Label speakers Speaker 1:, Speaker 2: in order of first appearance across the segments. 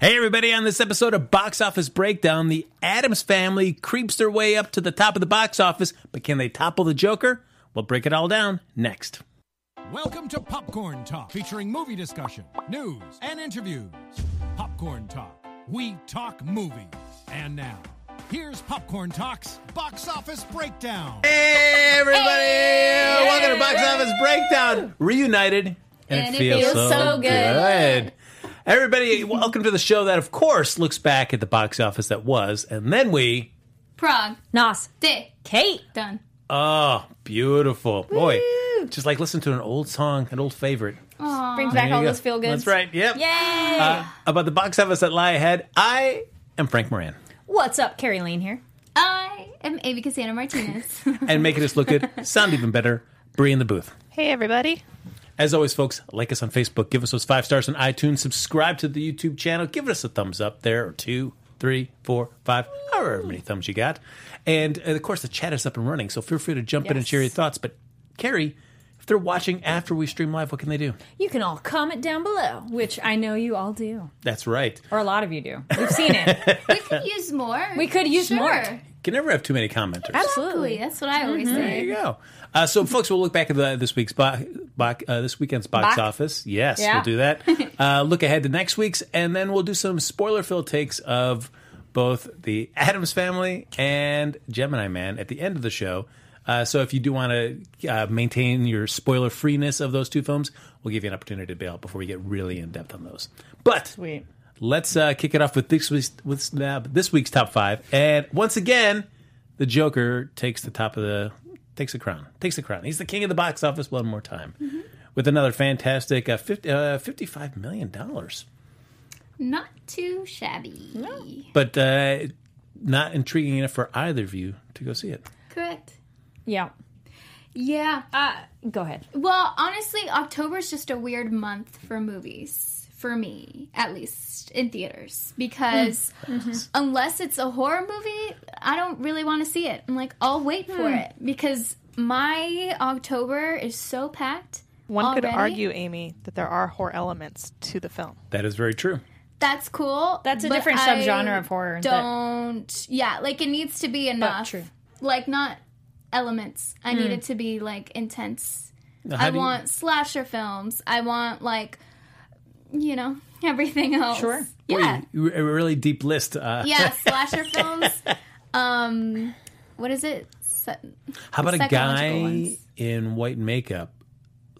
Speaker 1: Hey, everybody, on this episode of Box Office Breakdown, the Adams family creeps their way up to the top of the box office, but can they topple the Joker? We'll break it all down next.
Speaker 2: Welcome to Popcorn Talk, featuring movie discussion, news, and interviews. Popcorn Talk, we talk movies. And now, here's Popcorn Talk's box office breakdown.
Speaker 1: Hey, everybody! Welcome to Box Office Breakdown. Reunited, and,
Speaker 3: And it feels so good.
Speaker 1: good. Everybody, welcome to the show that, of course, looks back at the box office that was, and then we.
Speaker 3: Prague.
Speaker 4: Nos.
Speaker 3: Dick.
Speaker 4: Kate.
Speaker 3: Done.
Speaker 1: Oh, beautiful. Boy, just like listen to an old song, an old favorite.
Speaker 4: Brings back
Speaker 1: There
Speaker 4: all
Speaker 1: you go.
Speaker 4: those feel goods.
Speaker 1: That's right. Yep.
Speaker 4: Yay!
Speaker 1: Uh, about the box office that lie ahead, I am Frank Moran.
Speaker 4: What's up, Carrie Lane here?
Speaker 3: I am Amy Cassandra Martinez.
Speaker 1: And making us look good, sound even better, Bree in the booth.
Speaker 5: Hey, everybody.
Speaker 1: As always, folks, like us on Facebook, give us those five stars on iTunes, subscribe to the YouTube channel, give us a thumbs up there, or two, three, four, five, however many thumbs you got. And, and of course, the chat is up and running, so feel free to jump in and
Speaker 4: Yes.
Speaker 1: share your thoughts. But, Carrie, if they're watching after we stream live, what can they do?
Speaker 4: You can all comment down below, which I know you all do,
Speaker 1: That's right.
Speaker 4: or a lot of you do. We've seen it.
Speaker 3: we could use more.
Speaker 4: We could use
Speaker 3: Sure.
Speaker 4: more. Mm-hmm.
Speaker 1: Can never have too many commenters.
Speaker 3: Absolutely.
Speaker 4: Absolutely.
Speaker 3: That's what I always
Speaker 1: There
Speaker 3: say.
Speaker 1: you go. Uh, so, folks, we'll look back at the, this week's bo- bo- uh, this weekend's box
Speaker 4: Box.
Speaker 1: office. Yes,
Speaker 4: Yeah.
Speaker 1: we'll do that. Uh, look ahead to next week's, and then we'll do some spoiler-filled takes of both the Adams Family and Gemini Man at the end of the show. Uh, so, if you do want to uh, maintain your spoiler freeness of those two films, we'll give you an opportunity to bail before we get really in depth on those. But
Speaker 5: Sweet.
Speaker 1: let's uh, kick it off with this week's, with, uh, this week's top five. And once again, the Joker takes the top of the takes the crown, takes the crown. He's the king of the box office one more time
Speaker 3: Mm-hmm.
Speaker 1: with another fantastic uh, 50, uh, fifty-five million dollars.
Speaker 3: Not too shabby.
Speaker 1: But uh, not intriguing enough for either of you to go see it.
Speaker 3: Correct.
Speaker 4: Yeah.
Speaker 3: Yeah.
Speaker 4: Go ahead.
Speaker 3: Well, honestly, October's just a weird month for movies, for me, at least in theaters, because
Speaker 4: Mm. Mm-hmm.
Speaker 3: unless it's a horror movie, I don't really want to see it. I'm like, I'll wait for
Speaker 4: Hmm.
Speaker 3: it because my October is so packed.
Speaker 5: One could
Speaker 3: Already?
Speaker 5: argue, Amy, that there are horror elements to the film.
Speaker 1: That is very true.
Speaker 3: That's cool.
Speaker 4: That's a
Speaker 3: but
Speaker 4: different
Speaker 3: I
Speaker 4: subgenre of horror, but-
Speaker 3: Don't. Yeah, like it needs to be enough.
Speaker 4: true. Hmm.
Speaker 3: Like not elements. I need it to be like intense.
Speaker 1: Now, how
Speaker 3: I
Speaker 1: do you-
Speaker 3: want slasher films. I want like, you know, everything else.
Speaker 4: Sure.
Speaker 1: Boy,
Speaker 3: Yeah.
Speaker 1: you- a really deep list. Uh,
Speaker 3: Yeah. Slasher films. Um, what is it? Se-
Speaker 1: how about a guy
Speaker 3: Psychological ones.
Speaker 1: in white makeup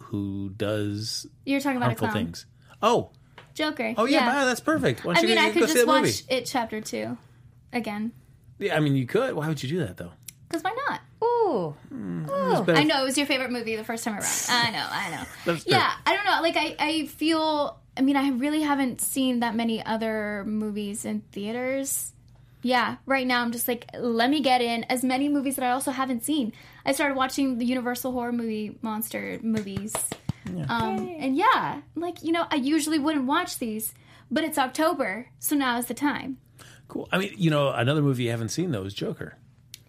Speaker 1: who does
Speaker 3: You're talking about
Speaker 1: harmful
Speaker 3: a clown.
Speaker 1: things? Oh,
Speaker 3: Joker.
Speaker 1: oh yeah, wow, that's perfect. Why
Speaker 3: I
Speaker 1: don't
Speaker 3: mean,
Speaker 1: you,
Speaker 3: I
Speaker 1: go
Speaker 3: could
Speaker 1: see that
Speaker 3: just watch
Speaker 1: movie?
Speaker 3: it chapter two again.
Speaker 1: Yeah, I mean, you could. Why would you do that though?
Speaker 3: Because why not?
Speaker 4: Ooh. Ooh.
Speaker 3: Oh, I know it was your favorite movie the first time around. I know, I know.
Speaker 1: That's true.
Speaker 3: yeah, I don't know. Like I, I feel. I mean, I really haven't seen that many other movies in theaters. Yeah, right now I'm just like, let me get in as many movies that I also haven't seen. I started watching the Universal horror movie monster movies. Um, and yeah, like you know, I usually wouldn't watch these, but it's October, so now is the time.
Speaker 1: Cool. I mean, you know, another movie you haven't seen though is Joker,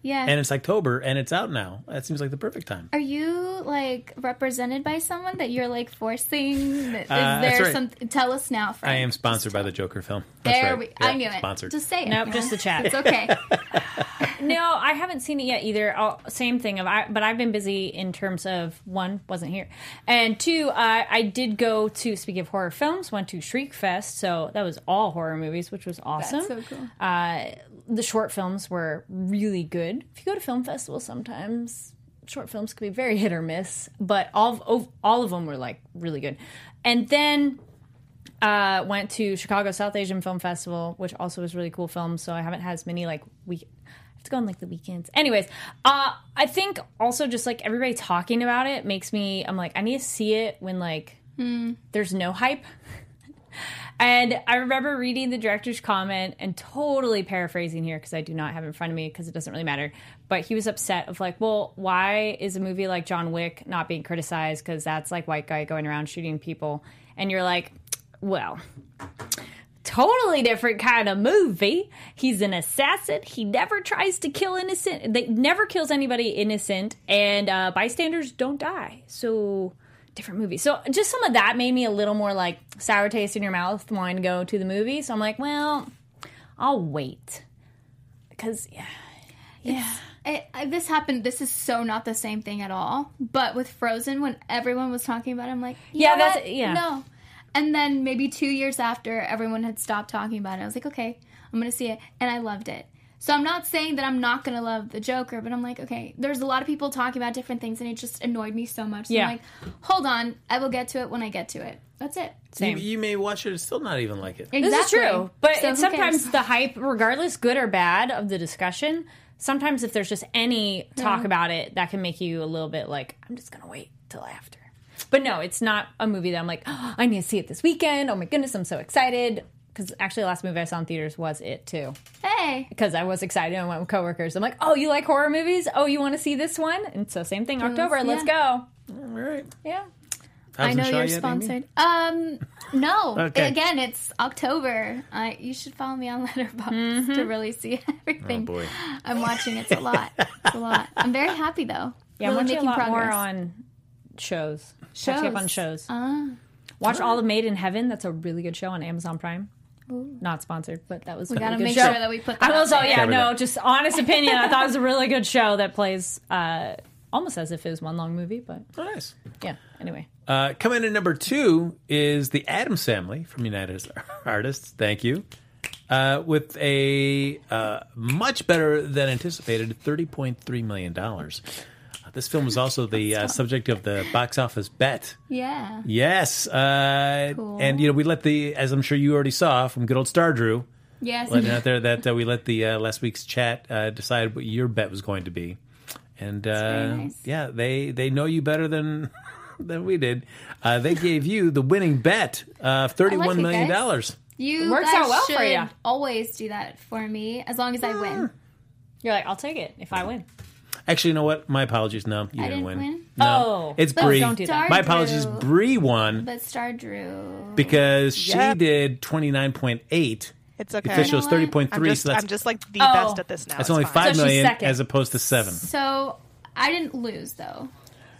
Speaker 3: Yeah.
Speaker 1: and it's October, and it's out now. That seems like the perfect time.
Speaker 3: Are you like represented by someone that you're like forcing? Is
Speaker 1: Uh, that's
Speaker 3: there
Speaker 1: right.
Speaker 3: some? Tell us now, Frank.
Speaker 1: I am sponsored by the Joker film. That's
Speaker 3: There
Speaker 1: right.
Speaker 3: we.
Speaker 1: Yep,
Speaker 3: I knew it.
Speaker 1: Sponsored.
Speaker 3: Just say it.
Speaker 4: Nope, just the chat.
Speaker 3: It's okay.
Speaker 4: No, I haven't seen it yet either. i same thing of I, but I've been busy in terms of one wasn't here, and two I, I did go to speak of horror films went to Shriek Fest, so that was all horror movies, which was awesome.
Speaker 3: so cool.
Speaker 4: Uh, the short films were really good. If you go to film festivals, sometimes short films can be very hit or miss, but all of, all of them were like really good. And then uh, went to Chicago South Asian Film Festival, which also was really cool films. So I haven't had as many like week. I have to go on like the weekends. Anyways, uh, I think also just like everybody talking about it makes me. I'm like I need to see it when like there's no hype. And I remember reading the director's comment and totally paraphrasing here because I do not have it in front of me because it doesn't really matter. But he was upset of like, well, why is a movie like John Wick not being criticized because that's like white guy going around shooting people? And you're like, well, totally different kind of movie. He's an assassin. He never tries to kill innocent. They never kills anybody innocent, and uh, bystanders don't die. So different movies. So just some of that made me a little more like sour taste in your mouth wanting to go to the movie. So I'm like, well, I'll wait because yeah, yeah.
Speaker 3: I, I, this happened. This is so not the same thing at all. But with Frozen, when everyone was talking about it, I'm like, you
Speaker 4: Yeah,
Speaker 3: know
Speaker 4: that's-
Speaker 3: what?
Speaker 4: yeah.
Speaker 3: No. And then maybe two years after, everyone had stopped talking about it. I was like, okay, I'm going to see it. And I loved it. So I'm not saying that I'm not going to love The Joker, but I'm like, okay, there's a lot of people talking about different things, and it just annoyed me so much. So
Speaker 4: Yeah.
Speaker 3: I'm like, hold on. I will get to it when I get to it. That's it.
Speaker 1: You, you may watch it and still not even like it.
Speaker 4: This is
Speaker 3: Exactly.
Speaker 4: true, but
Speaker 3: So
Speaker 4: it's
Speaker 3: who cares?
Speaker 4: sometimes the hype, regardless good or bad of the discussion, sometimes if there's just any talk about it, that can make you a little bit like, I'm just gonna wait till after. But no, it's not a movie that I'm like, "Oh, I need to see it this weekend. Oh my goodness, I'm so excited. Because actually, the last movie I saw in theaters was it too.
Speaker 3: Hey.
Speaker 4: Because I was excited and went with coworkers. I'm like, oh, you like horror movies? Oh, you want to see this one? And so, same thing, October, let's go.
Speaker 1: All right.
Speaker 4: Yeah.
Speaker 3: I
Speaker 1: Hobbs and
Speaker 3: know
Speaker 1: Shaw
Speaker 3: you're
Speaker 1: yet, Amy?
Speaker 3: sponsored. Um, no.
Speaker 1: Okay.
Speaker 3: Again, it's October. I you should follow me on Letterboxd
Speaker 4: Mm-hmm.
Speaker 3: to really see everything.
Speaker 1: Oh, boy.
Speaker 3: I'm watching. It's a lot. It's a lot. I'm very happy though.
Speaker 4: Yeah,
Speaker 3: really
Speaker 4: I'm watching
Speaker 3: making
Speaker 4: a lot
Speaker 3: progress.
Speaker 4: more on shows. Catching up on shows.
Speaker 3: Ah.
Speaker 4: Watch all of Made in Heaven. That's a really good show on Amazon Prime. Not sponsored, but that was we
Speaker 3: gotta
Speaker 4: good
Speaker 3: make
Speaker 4: show.
Speaker 3: sure that we put that
Speaker 4: I was
Speaker 3: out
Speaker 4: oh yeah
Speaker 1: Cover
Speaker 4: no
Speaker 1: that.
Speaker 4: just honest opinion. I thought it was a really good show that plays uh, almost as if it was one long movie, but
Speaker 1: Oh, nice.
Speaker 4: yeah. Anyway,
Speaker 1: Uh, coming in at number two is the Adams Family from United Artists. Thank you. Uh, with a uh, much better than anticipated $30.3 million. Uh, this film was also the uh, subject of the box office bet.
Speaker 3: yeah.
Speaker 1: Yes. Uh,
Speaker 3: Cool.
Speaker 1: And, you know, we let the, as I'm sure you already saw from good old Star Drew,
Speaker 3: Yes.
Speaker 1: letting out there that uh, we let the uh, last week's chat uh, decide what your bet was going to be, and uh,
Speaker 3: very nice.
Speaker 1: yeah, they they know you better than than we did. Uh, they gave you the winning bet of thirty one million dollars.
Speaker 3: You
Speaker 4: Works
Speaker 3: guys
Speaker 4: out well for
Speaker 3: should
Speaker 4: ya. Ah.
Speaker 3: always do that for me as long as I win.
Speaker 4: you're like I'll take it if I win.
Speaker 1: Actually, you know what? My apologies. No, you
Speaker 3: I didn't
Speaker 1: win.
Speaker 3: win?
Speaker 1: No,
Speaker 4: Oh.
Speaker 1: it's
Speaker 4: But
Speaker 1: Bree.
Speaker 4: don't do that.
Speaker 3: Star
Speaker 1: My apologies.
Speaker 3: Drew.
Speaker 1: Bree won
Speaker 3: But Star Drew.
Speaker 1: because she did twenty nine point eight.
Speaker 5: It's okay.
Speaker 1: Official is
Speaker 3: You know
Speaker 1: thirty
Speaker 3: what?
Speaker 1: point
Speaker 5: I'm
Speaker 1: three.
Speaker 5: just,
Speaker 1: So that's
Speaker 5: I'm just like the
Speaker 4: Oh.
Speaker 5: best at this now.
Speaker 1: that's
Speaker 5: It's
Speaker 1: only
Speaker 5: fine.
Speaker 1: five
Speaker 4: So she's
Speaker 1: million
Speaker 4: second.
Speaker 1: as opposed to seven.
Speaker 3: So I didn't lose though.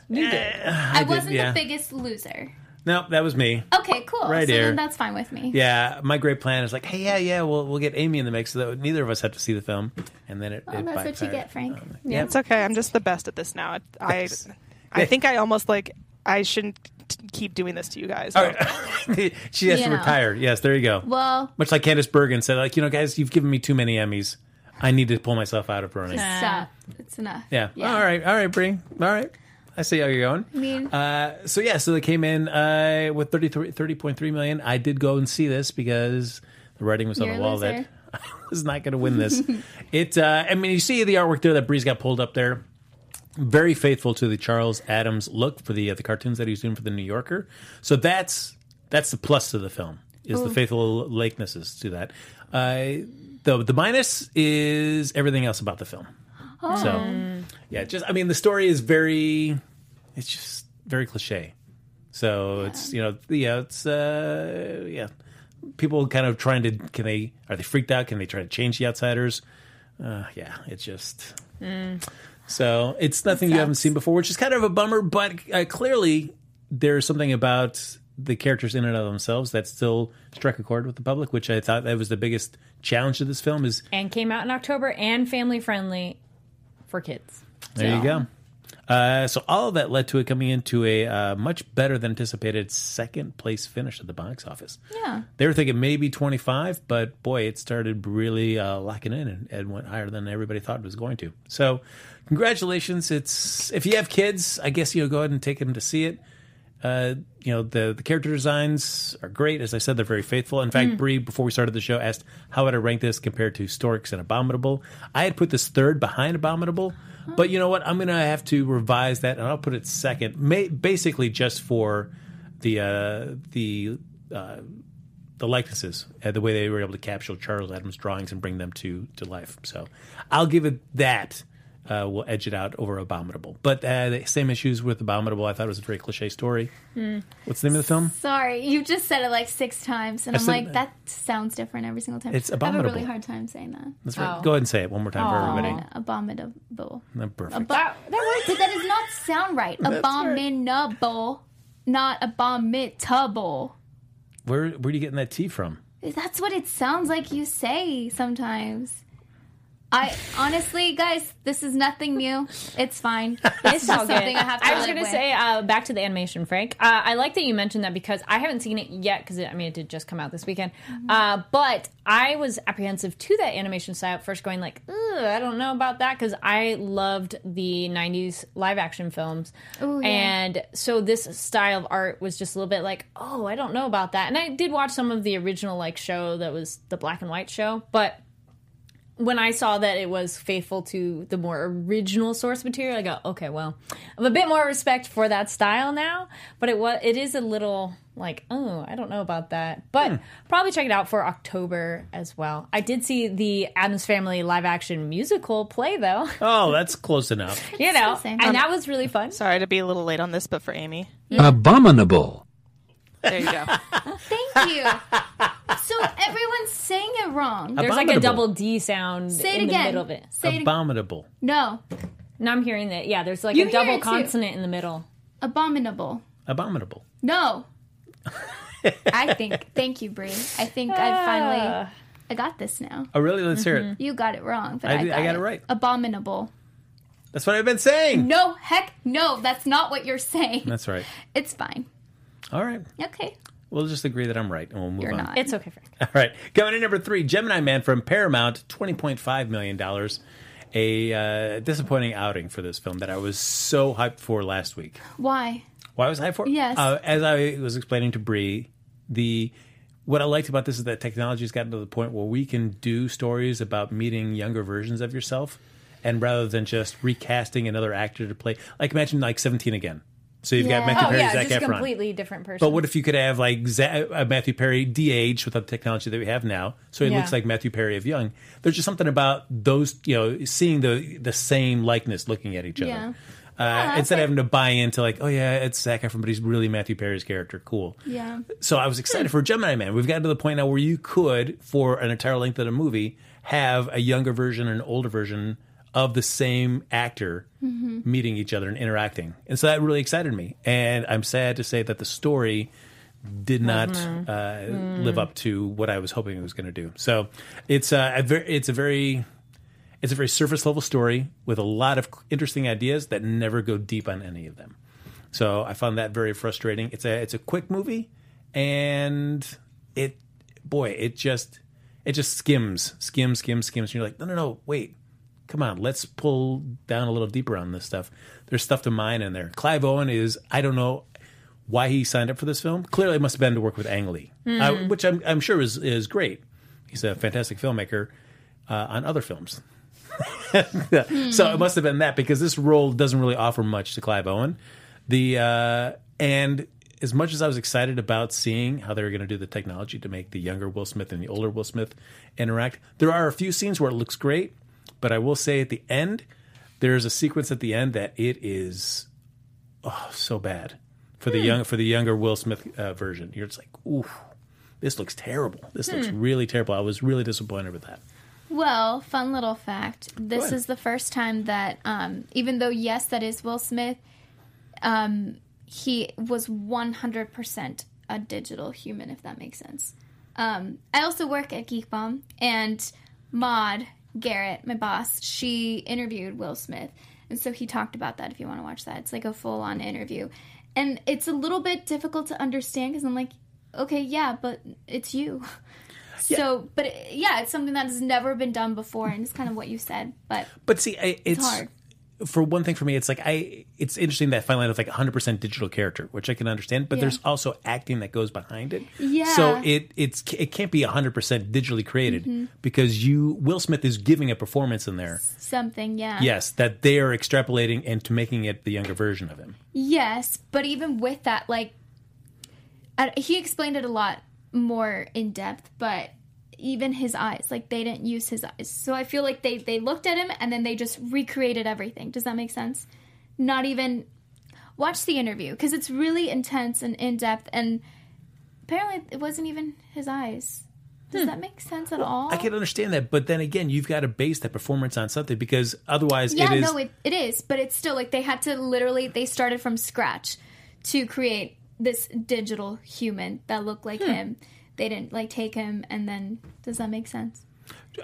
Speaker 4: You did.
Speaker 3: I, wasn't
Speaker 1: yeah.
Speaker 3: the biggest loser.
Speaker 1: No, that was me.
Speaker 3: Okay, cool.
Speaker 1: Right
Speaker 3: so
Speaker 1: here.
Speaker 3: then that's fine with me.
Speaker 1: Yeah, my great plan is like, hey, yeah, yeah, we'll we'll get Amy in the mix so that neither of us have to see the film, and then it.
Speaker 3: Well,
Speaker 1: it
Speaker 3: Oh, that's what
Speaker 1: backfired.
Speaker 3: you get, Frank.
Speaker 5: It's okay. I'm just the best at this now. I,
Speaker 1: Thanks.
Speaker 5: I think I almost like I shouldn't t- keep doing this to you guys.
Speaker 1: she has
Speaker 3: You
Speaker 1: to
Speaker 3: know.
Speaker 1: retire. Yes, there you go.
Speaker 3: Well,
Speaker 1: Much like Candice Bergen said, like you know, guys, you've given me too many Emmys. I need to pull myself out of running.
Speaker 3: stop. It's enough.
Speaker 1: Yeah. All right. All right, Bree. All right. I see how you're going.
Speaker 3: I mean,
Speaker 1: Uh, so yeah, so they came in uh, with 33 30.3 million. I did go and see this because the writing was on
Speaker 3: You're
Speaker 1: the
Speaker 3: a
Speaker 1: wall
Speaker 3: loser.
Speaker 1: that I was not going to win this. it. Uh, I mean, you see the artwork there that Bree's got pulled up there. Very faithful to the Charles Adams look for the uh, the cartoons that he was doing for the New Yorker. So that's that's the plus to the film is the faithful likenesses to that. Uh, the the minus is everything else about the film.
Speaker 3: Oh.
Speaker 1: So yeah, just I mean the story is very it's just very cliche. So it's you know yeah it's uh yeah people kind of trying to can they are they freaked out can they try to change the outsiders uh yeah it's just so it's nothing you haven't seen before which is kind of a bummer but uh, clearly there's something about the characters in and of themselves that still struck a chord with the public which I thought that was the biggest challenge to this film is
Speaker 4: and came out in October and family friendly for kids.
Speaker 1: There you go. Uh, so all of that led to it coming into a uh, much better than anticipated second place finish at the box office.
Speaker 3: yeah.
Speaker 1: They were thinking maybe 25, but boy, it started really uh, locking in and, and went higher than everybody thought it was going to. So congratulations. It's if you have kids, I guess you'll go ahead and take them to see it. Uh, you know the the character designs are great. As I said, they're very faithful. In fact, Bree, before we started the show, asked how would I rank this compared to Storks and Abominable. I had put this third behind Abominable, but you know what? I'm gonna have to revise that, and I'll put it second, ma- basically just for the uh, the uh, the likenesses, uh, the way they were able to capture Charles Adams' drawings and bring them to to life. So I'll give it that. Uh, will edge it out over Abominable, but uh, the same issues with Abominable. I thought it was a very cliche story. What's the name of the film?
Speaker 3: Sorry, you just said it like six times, and
Speaker 1: I
Speaker 3: I'm
Speaker 1: said-
Speaker 3: like, that sounds different every single time.
Speaker 1: It's
Speaker 3: I have a
Speaker 1: abominable. Oh.
Speaker 3: really hard time saying that.
Speaker 1: That's
Speaker 4: Oh.
Speaker 1: right. Go ahead and say it one more time for everybody.
Speaker 3: Abominable.
Speaker 1: Uh, Perfect.
Speaker 3: That, that word that does not sound right. Abominable. not abominable.
Speaker 1: Where where are you getting that tea from?
Speaker 3: That's what it sounds like you say sometimes. I honestly, guys, this is nothing new. It's fine. It's just something I have to.
Speaker 4: I was
Speaker 3: live
Speaker 4: going to
Speaker 3: with.
Speaker 4: say uh, back to the animation, Frank. Uh, I like that you mentioned that because I haven't seen it yet because I mean it did just come out this weekend.
Speaker 3: Mm-hmm.
Speaker 4: Uh, but I was apprehensive to that animation style at first, going like, "Ugh, I don't know about that because I loved the '90s live action films,
Speaker 3: Ooh, yeah.
Speaker 4: and so this style of art was just a little bit like, oh, I don't know about that. And I did watch some of the original like show that was the black and white show, but when I saw that it was faithful to the more original source material, I go, okay, well, I'm a bit more respect for that style now. But it was, it is a little like, oh, I don't know about that. But
Speaker 1: Hmm.
Speaker 4: probably check it out for October as well. I did see the Adams Family live action musical play though,
Speaker 1: Oh, that's close enough.
Speaker 4: you know,
Speaker 3: same.
Speaker 4: and that was really fun.
Speaker 5: Sorry to be a little late on this, but for Amy,
Speaker 6: Abominable.
Speaker 5: there you go.
Speaker 3: Thank you. so everyone's saying it wrong.
Speaker 4: There's like a
Speaker 1: Abominable.
Speaker 4: double D sound
Speaker 3: Say
Speaker 4: in
Speaker 3: it
Speaker 4: the
Speaker 3: again.
Speaker 4: middle of it.
Speaker 3: Say it again.
Speaker 1: Abominable.
Speaker 3: No,
Speaker 4: Now I'm hearing that. Yeah, there's like
Speaker 3: You
Speaker 4: a
Speaker 3: hear
Speaker 4: double
Speaker 3: it too.
Speaker 4: consonant in the middle.
Speaker 3: abominable.
Speaker 1: Abominable.
Speaker 3: No. I think. Thank you, Bree. I think I finally. I got this now.
Speaker 1: Oh, really? Let's hear
Speaker 4: Mm-hmm.
Speaker 1: it.
Speaker 3: You got it wrong, but
Speaker 1: I
Speaker 3: I,
Speaker 1: did-
Speaker 3: got,
Speaker 1: I got it right.
Speaker 3: Abominable.
Speaker 1: That's what I've been saying.
Speaker 3: No, heck, no. That's not what you're saying.
Speaker 1: That's right.
Speaker 3: It's fine.
Speaker 1: All right.
Speaker 3: Okay,
Speaker 1: We'll just agree that I'm right and we'll move
Speaker 3: you're
Speaker 1: on.
Speaker 3: not.
Speaker 4: It's okay, Frank.
Speaker 1: All right. Coming in number three, Gemini Man from Paramount, $20.5 million. A uh, disappointing outing for this film that I was so hyped for last week.
Speaker 3: Why?
Speaker 1: Why was I for?
Speaker 3: Yes.
Speaker 1: Uh, as I was explaining to Bree, the what I liked about this is that technology has gotten to the point where we can do stories about meeting younger versions of yourself, and rather than just recasting another actor to play, like imagine like Seventeen again. So you've got
Speaker 3: Yeah.
Speaker 1: Matthew
Speaker 4: Oh
Speaker 1: Perry,
Speaker 4: yeah,
Speaker 1: Zac
Speaker 4: just a
Speaker 1: Efron.
Speaker 4: completely different person.
Speaker 1: but what if you could have like Za- uh, Matthew Perry DH with the technology that we have now, so he
Speaker 4: Yeah.
Speaker 1: looks like Matthew Perry of young? There's just something about those, you know, seeing the the same likeness, looking at each other.
Speaker 3: Yeah.
Speaker 1: Uh, instead of having to buy into like, oh yeah, it's Zac Efron, but he's really Matthew Perry's character. Cool.
Speaker 3: Yeah.
Speaker 1: So I was excited for Gemini Man. We've gotten to the point now where you could, for an entire length of the movie, have a younger version and an older version of the same actor meeting each other and interacting. And so that really excited me. And I'm sad to say that the story did not uh, live up to what I was hoping it was going to do. So it's uh, a very, it's a very it's a very surface level story with a lot of interesting ideas that never go deep on any of them. So I found that very frustrating. It's a it's a quick movie, and it boy it just it just skims skims skims skims. And you're like no no no wait come on let's pull down a little deeper on this stuff. There's stuff to mine in there. Clive Owen is I don't know why he signed up for this film. Clearly it must have been to work with Ang Lee, uh, which I'm I'm sure is is great. He's a fantastic filmmaker uh, on other films. So it must have been that because this role doesn't really offer much to Clive Owen. The uh, and as much as I was excited about seeing how they were going to do the technology to make the younger Will Smith and the older Will Smith interact, there are a few scenes where it looks great, but I will say at the end there is a sequence at the end that it is oh so bad for the young for the younger Will Smith uh, version. You're just like, ooh, this looks terrible. This looks really terrible. I was really disappointed with that.
Speaker 3: Well, fun little fact. This
Speaker 1: ahead.
Speaker 3: is the first time that, um, even though yes, that is Will Smith, um, he was one hundred percent a digital human, if that makes sense. Um, I also work at Geek Bomb, and Maud Garrett, my boss, she interviewed Will Smith, and so he talked about that. If you want to watch that, it's like a full-on interview, and it's a little bit difficult to understand because I'm like, okay, yeah, but it's you. So, but it, yeah, it's something that has never been done before, and it's kind of what you said. But
Speaker 1: But see, I, it's,
Speaker 3: hard.
Speaker 1: for one thing for me. It's like I. It's interesting that finally it's like 100 percent digital character, which I can understand. But
Speaker 3: Yeah.
Speaker 1: there's also acting that goes behind it.
Speaker 3: Yeah. Mm-hmm.
Speaker 1: So it it's it can't be 100 percent digitally created because you Will Smith is giving a performance in there.
Speaker 3: something, yeah,
Speaker 1: Yes, that they are extrapolating into making it the younger version of him.
Speaker 3: yes. But even with that, like, I, he explained it a lot more in depth. But even his eyes, like, they didn't use his eyes. So I feel like they they looked at him and then they just recreated everything. Does that make sense? Not even watch the interview because it's really intense and in depth. And apparently, it wasn't even his eyes. Does that make sense at all?
Speaker 1: Hmm. I can understand that, but then again, you've got to base that performance on something because otherwise,
Speaker 3: Yeah,
Speaker 1: it is
Speaker 3: no, it, it is, but it's still like they had to literally they started from scratch to create this digital human that looked
Speaker 1: Hmm.
Speaker 3: like him. They didn't like take him, and then does that make sense?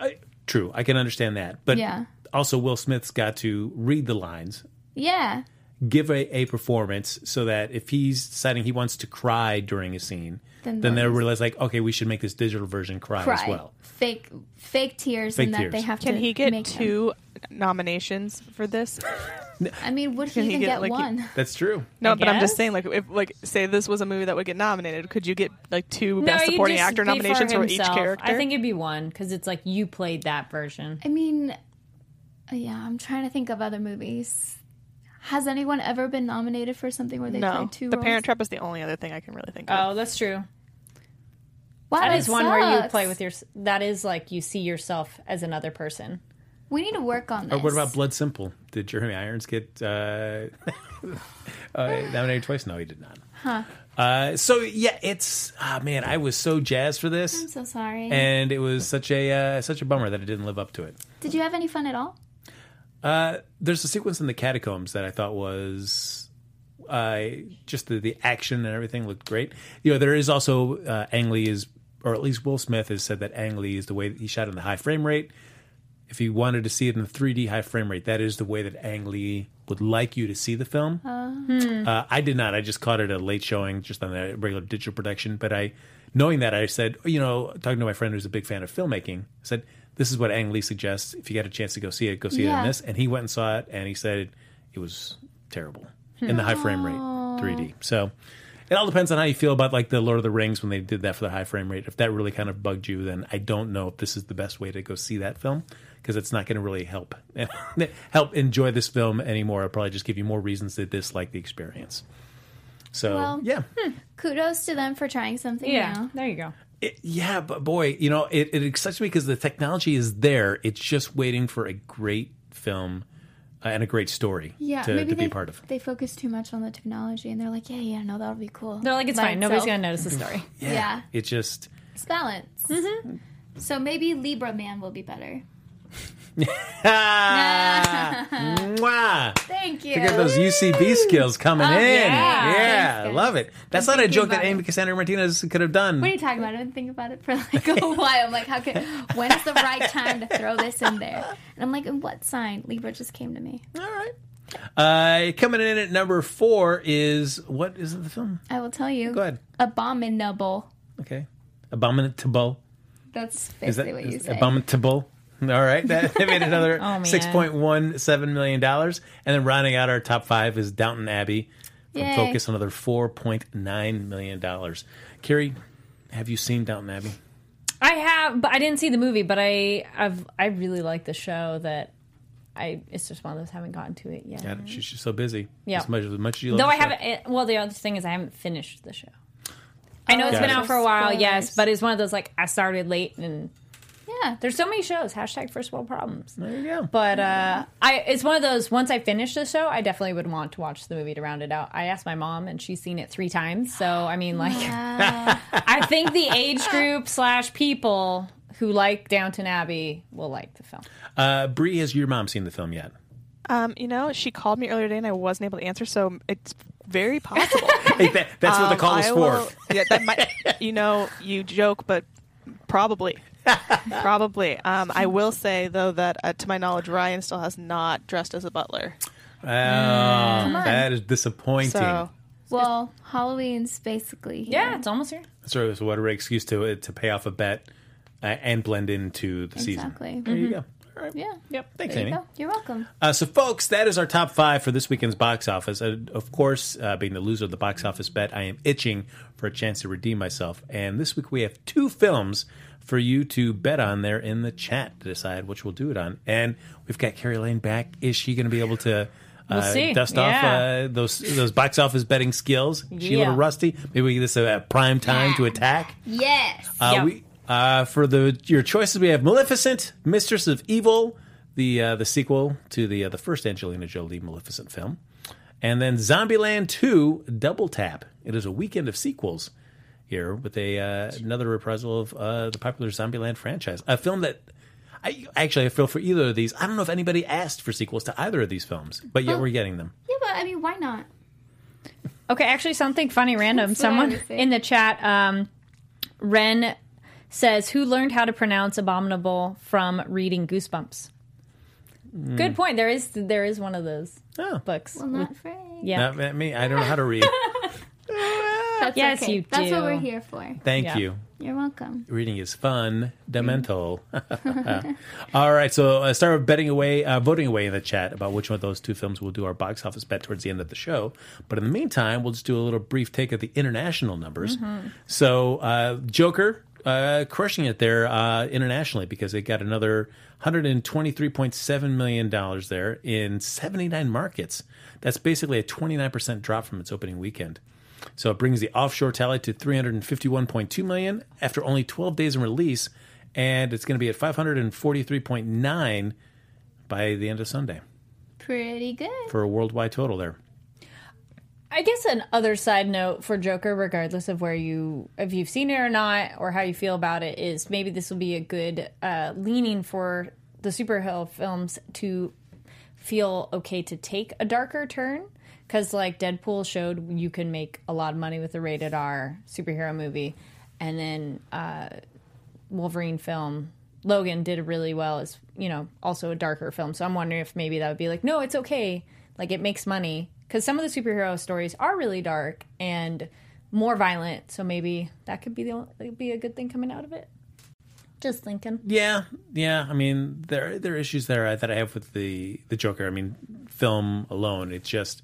Speaker 1: I, true, I can understand that, but
Speaker 3: Yeah.
Speaker 1: also Will Smith's got to read the lines,
Speaker 3: Yeah,
Speaker 1: give a, a performance, so that if he's deciding he wants to cry during a scene,
Speaker 3: Then
Speaker 1: then, then they
Speaker 3: they'll-
Speaker 1: realize like, okay, we should make this digital version cry,
Speaker 3: cry,
Speaker 1: as well.
Speaker 3: fake fake tears,
Speaker 1: Fake
Speaker 3: and that
Speaker 1: tears.
Speaker 3: they have
Speaker 5: Can
Speaker 3: to.
Speaker 5: he get
Speaker 3: make him.
Speaker 5: two nominations for this?
Speaker 3: I mean, would he
Speaker 5: Can he
Speaker 3: even
Speaker 5: get,
Speaker 3: get,
Speaker 5: like,
Speaker 3: one?
Speaker 1: That's true.
Speaker 5: No, but I'm
Speaker 4: guess.
Speaker 5: just saying, like, if like say this was a movie that would get nominated, could you get like two best
Speaker 4: you'd
Speaker 5: supporting
Speaker 4: just
Speaker 5: actor
Speaker 4: be
Speaker 5: nominations for each
Speaker 4: himself.
Speaker 5: character?
Speaker 4: I think it'd be one because it's like you played that version.
Speaker 3: I mean, uh, yeah, I'm trying to think of other movies. Has anyone ever been nominated for something where they
Speaker 5: no.
Speaker 3: played two
Speaker 5: The
Speaker 3: roles?
Speaker 5: Parent Trap is the only other thing I can really think of.
Speaker 4: Oh, that's true.
Speaker 3: Wow,
Speaker 4: That is
Speaker 3: that
Speaker 4: one where you
Speaker 3: sucks.
Speaker 4: play with your. That is like you see yourself as another person.
Speaker 3: We need to work on
Speaker 1: Or
Speaker 3: this.
Speaker 1: Uh, what about Blood Simple? Did Jeremy Irons get uh, uh, nominated twice? No, he did not. Uh, so yeah, it's ah man, I was so jazzed for
Speaker 3: I'm
Speaker 1: this,
Speaker 3: so sorry.
Speaker 1: and it was such a uh, such a bummer that it didn't live up to it.
Speaker 3: Did you have any fun at all?
Speaker 1: There's a sequence in the catacombs that I thought was uh, just the, the action and everything looked great. You know, there is also uh, Ang Lee is, or at least Will Smith has said that Ang Lee is the way that he shot in the high frame rate. If you wanted to see it in the 3D high frame rate, that is the way that Ang Lee would like you to see the film. Uh, I did not. I just caught it at a late showing, just on the regular digital production. But I, knowing that, I said, you know, talking to my friend who's a big fan of filmmaking, I said, this is what Ang Lee suggests. If you get a chance to go see it, go see it
Speaker 3: Yeah.
Speaker 1: in this. And he went and saw it, and he said it was terrible in the high frame rate 3D. So it all depends on how you feel about like the Lord of the Rings when they did that for the high frame rate. If that really kind of bugged you, then I don't know if this is the best way to go see that film because it's not going to really help help enjoy this film anymore. It'll probably just give you more reasons to dislike the experience. So
Speaker 3: Well,
Speaker 1: yeah,
Speaker 3: Kudos to them for trying something new.
Speaker 4: there you go.
Speaker 1: It- yeah, but boy, you know, it, it excites me because the technology is there. It's just waiting for a great film uh, and a great story
Speaker 3: Yeah,
Speaker 1: to,
Speaker 3: maybe
Speaker 1: to
Speaker 3: they,
Speaker 1: be part of.
Speaker 3: They focus too much on the technology, and they're like, yeah, yeah, no, that'll be cool.
Speaker 4: They're like it's
Speaker 3: By
Speaker 4: fine. Nobody's
Speaker 3: itself.
Speaker 4: gonna notice the story.
Speaker 3: Yeah,
Speaker 1: It just
Speaker 3: it's balance.
Speaker 4: Mm-hmm.
Speaker 3: So maybe Libra Man will be better.
Speaker 1: ah, mwah.
Speaker 3: Thank you.
Speaker 1: Look at those UCB skills coming
Speaker 3: Oh,
Speaker 1: in.
Speaker 4: yeah.
Speaker 1: Yeah, I love it. That's not a
Speaker 3: thinking
Speaker 1: joke that
Speaker 3: about
Speaker 1: Amy
Speaker 3: it.
Speaker 1: Cassandra Martinez could have done.
Speaker 3: What are you talking about? I've been thinking about it for like a while. I'm like, how can? When's the right time to throw this in there? And I'm like, and what sign? Libra just came to me.
Speaker 1: All right. Uh, coming in at number four is what is the film?
Speaker 3: I will tell you.
Speaker 1: Go ahead.
Speaker 3: Abominable.
Speaker 1: Okay, abominable.
Speaker 3: That's
Speaker 1: Is that
Speaker 3: basically what you
Speaker 1: is
Speaker 3: say.
Speaker 1: abominable? All right, that they made another
Speaker 4: man.
Speaker 1: six point one seven million dollars, and then rounding out our top five is Downton Abbey from
Speaker 3: Yay.
Speaker 1: Focus, another four point nine million dollars. Carrie, have you seen Downton Abbey?
Speaker 4: I have, but I didn't see the movie. But I, I've, I really like the show. That I, it's just one of those I haven't gotten to it yet.
Speaker 1: God, she's just so busy.
Speaker 4: Yeah.
Speaker 1: As much as much as you love
Speaker 4: Though
Speaker 1: the
Speaker 4: I
Speaker 1: show.
Speaker 4: haven't. It, well, the other thing is I haven't finished the show. I know it's
Speaker 1: Got
Speaker 4: been
Speaker 1: it.
Speaker 4: out for a while, yes,
Speaker 3: Spoilers.
Speaker 4: but it's one of those like I started late and
Speaker 3: yeah.
Speaker 4: there's so many shows. Hashtag first world problems.
Speaker 1: There you go.
Speaker 4: But uh, I, it's one of those. Once I finish the show, I definitely would want to watch the movie to round it out. I asked my mom, and she's seen it three times. So I mean, like, I think the age group slash people who like Downton Abbey will like the film.
Speaker 1: Uh, Bree, has your mom seen the film yet?
Speaker 5: Um, you know, she called me earlier today and I wasn't able to answer, so it's very possible.
Speaker 1: Hey, that, that's what the
Speaker 5: Um,
Speaker 1: call is
Speaker 5: I
Speaker 1: for.
Speaker 5: will- yeah, that might. You know, you joke, but probably, probably. Um, I will say though that, uh, to my knowledge, Ryan still has not dressed as a butler.
Speaker 1: Oh, that is disappointing.
Speaker 5: So
Speaker 3: Well, Halloween's basically. here.
Speaker 4: Yeah, it's almost here.
Speaker 1: Sort of what a great excuse to to pay off a bet uh, and blend into the
Speaker 3: Exactly.
Speaker 1: season. There you go. All right.
Speaker 3: Yeah.
Speaker 1: Yep. Thanks,
Speaker 3: There you
Speaker 1: Amy.
Speaker 3: go. You're welcome.
Speaker 1: Uh, so, folks, that is our top five for this weekend's box office. Uh, of course, uh, being the loser of the box office bet, I am itching for a chance to redeem myself. And this week we have two films for you to bet on there in the chat to decide which we'll do it on. And we've got Carrie Lane back. Is she going to be able to? Uh,
Speaker 4: see.
Speaker 1: Dust
Speaker 4: Yeah.
Speaker 1: off uh, those those box office betting skills. She a little
Speaker 4: Yeah.
Speaker 1: rusty. Maybe we give this a, a prime time to
Speaker 3: Yeah.
Speaker 1: attack.
Speaker 3: Yes.
Speaker 1: Uh,
Speaker 4: Yeah.
Speaker 1: we, uh, for the your choices, we have Maleficent, Mistress of Evil, the uh, the sequel to the uh, the first Angelina Jolie Maleficent film, and then Zombieland Two: Double Tap. It is a weekend of sequels here with a uh, another reprisal of uh, the popular Zombieland franchise, a film that. I, actually, I feel for either of these. I don't know if
Speaker 4: Oh.
Speaker 1: anybody asked for sequels to either of these films, but yet we're getting them.
Speaker 3: yeah, but I mean, why not?
Speaker 4: Okay, actually, something funny random.
Speaker 3: what I
Speaker 4: Someone
Speaker 3: would say.
Speaker 4: in the chat, um, Ren says, Who learned how to pronounce abominable from reading Goosebumps?
Speaker 1: Hmm.
Speaker 4: Good point. There is there is one of those
Speaker 1: Oh.
Speaker 4: books.
Speaker 3: I'm not afraid.
Speaker 4: yeah.
Speaker 1: Not at me. I don't know how to read.
Speaker 3: That's
Speaker 4: Yes,
Speaker 3: okay.
Speaker 4: you
Speaker 3: That's
Speaker 4: do.
Speaker 3: what we're here for.
Speaker 1: Thank
Speaker 4: Yeah.
Speaker 1: you.
Speaker 3: You're welcome.
Speaker 1: Reading is fun. Demental. All right, so uh, start with betting away, uh, voting away in the chat about which one of those two films will do our box office bet towards the end of the show. But in the meantime, we'll just do a little brief take of the international numbers. So uh, Joker uh, crushing it there uh, internationally because it got another 123.7 million dollars there in 79 markets. That's basically a 29% drop from its opening weekend. So it brings the offshore tally to 351.2 million after only 12 days in release, and it's going to be at 543.9 by the end of Sunday
Speaker 3: Pretty good.
Speaker 1: for a worldwide total. There,
Speaker 4: I guess an other side note for Joker, regardless of where you if you've seen it or not or how you feel about it, is maybe this will be a good uh, leaning for the superhero films to feel okay to take a darker turn because like Deadpool showed, you can make a lot of money with a rated R superhero movie, and then uh, Wolverine film. Logan did really well as you know, also a darker film. So I'm wondering if maybe that would be like, no, it's okay. Like it makes money because some of the superhero stories are really dark and more violent. So maybe that could be the only, that'd be a good thing coming out of it. Just thinking.
Speaker 1: yeah, yeah. I mean, there there are issues there uh, that I have with the the Joker. I mean, film alone, it's just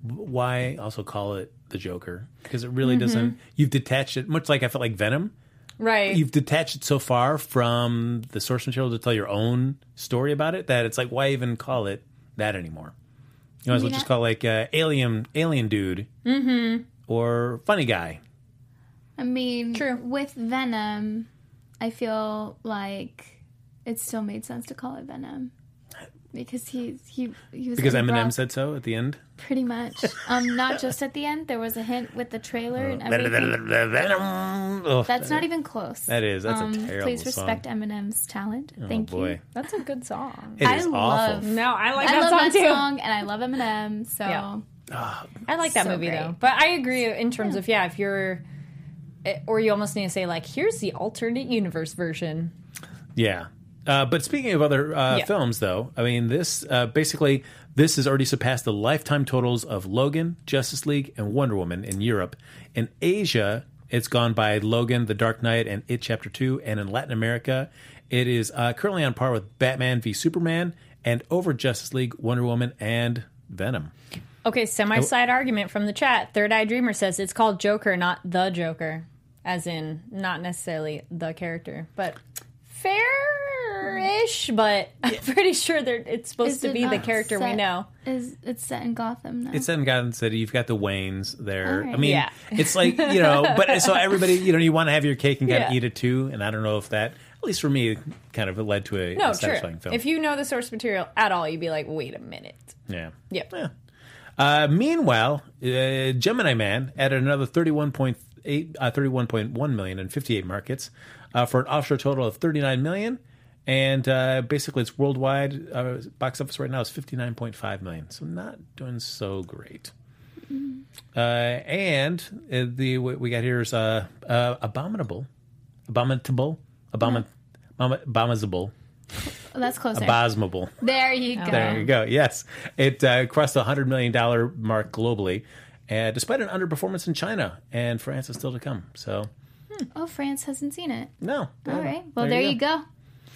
Speaker 1: why also call it the Joker because it really doesn't. You've detached it, much like I felt like Venom.
Speaker 4: Right.
Speaker 1: you've detached it so far from the source material to tell your own story about it that it's like why even call it that anymore you might as well
Speaker 3: Yeah.
Speaker 1: just call it like uh, alien alien dude mm-hmm. or funny guy
Speaker 3: I mean,
Speaker 4: True.
Speaker 3: with Venom, I feel like it still made sense to call it Venom because he's he he was
Speaker 1: because
Speaker 3: gonna
Speaker 1: eminem
Speaker 3: grow-
Speaker 1: said so at the end
Speaker 3: pretty much. Um, not just at the end. There was a hint with the trailer and everything.
Speaker 1: Venom. Ugh,
Speaker 3: That's not even close.
Speaker 1: that is that's
Speaker 3: um,
Speaker 1: a terrible
Speaker 3: please
Speaker 1: song.
Speaker 3: respect Eminem's talent. Thank
Speaker 1: oh boy
Speaker 3: you.
Speaker 4: That's a good song.
Speaker 1: It
Speaker 3: I
Speaker 1: is
Speaker 3: love-
Speaker 1: awful
Speaker 4: No, I like
Speaker 3: I
Speaker 4: that
Speaker 3: love
Speaker 4: song
Speaker 3: that
Speaker 4: too.
Speaker 3: song, and I love Eminem. So
Speaker 4: Yeah. I like that
Speaker 3: So
Speaker 4: movie
Speaker 3: great.
Speaker 4: though. But I agree in terms of yeah, if you're eh, or you almost need to say like, here's the alternate universe version.
Speaker 1: Yeah. Uh, but speaking of other uh,
Speaker 4: Yeah.
Speaker 1: films, though, I mean, this uh, basically this has already surpassed the lifetime totals of Logan, Justice League, and Wonder Woman in Europe. In Asia, it's gone by Logan, The Dark Knight, and It Chapter Two, and in Latin America, it is uh, currently on par with Batman v Superman and over Justice League, Wonder Woman, and Venom.
Speaker 4: Okay, semi side argument from the chat. Third Eye Dreamer says it's called Joker, not the Joker, as in not necessarily the character, but fair-ish. But I'm pretty sure they're, it's supposed
Speaker 3: Is
Speaker 4: to
Speaker 3: it
Speaker 4: be the
Speaker 3: not
Speaker 4: character we
Speaker 3: set-
Speaker 4: know.
Speaker 3: Is it's set in Gotham now?
Speaker 1: It's in Gotham City. You've got the Waynes there.
Speaker 3: All right.
Speaker 1: I mean,
Speaker 4: Yeah.
Speaker 1: it's like you know, but so everybody, you know, you want to have your cake and kind of
Speaker 4: Yeah.
Speaker 1: eat it too. And I don't know if that, at least for me, kind of led to a
Speaker 4: No, true.
Speaker 1: satisfying film.
Speaker 4: If you know the source material at all, you'd be like, wait a minute.
Speaker 1: yeah.
Speaker 4: Yep.
Speaker 1: Yeah. Uh, meanwhile, uh, Gemini Man added another 31.8, uh, 31.1 million in 58 markets uh, for an offshore total of 39 million. And uh, basically, its worldwide uh, box office right now is 59.5 million. So, not doing so great. Uh, and uh, the what we got here is uh, uh, abominable, abominable, abomin, abominable,
Speaker 3: oh, that's closer.
Speaker 1: abosmable.
Speaker 3: there you go.
Speaker 1: There you go. Yes, it uh, crossed the hundred million dollar mark globally, uh, despite an underperformance in China and France is still to come. So
Speaker 3: Oh, France hasn't seen it.
Speaker 1: no.
Speaker 3: All right. Well, there, you, go.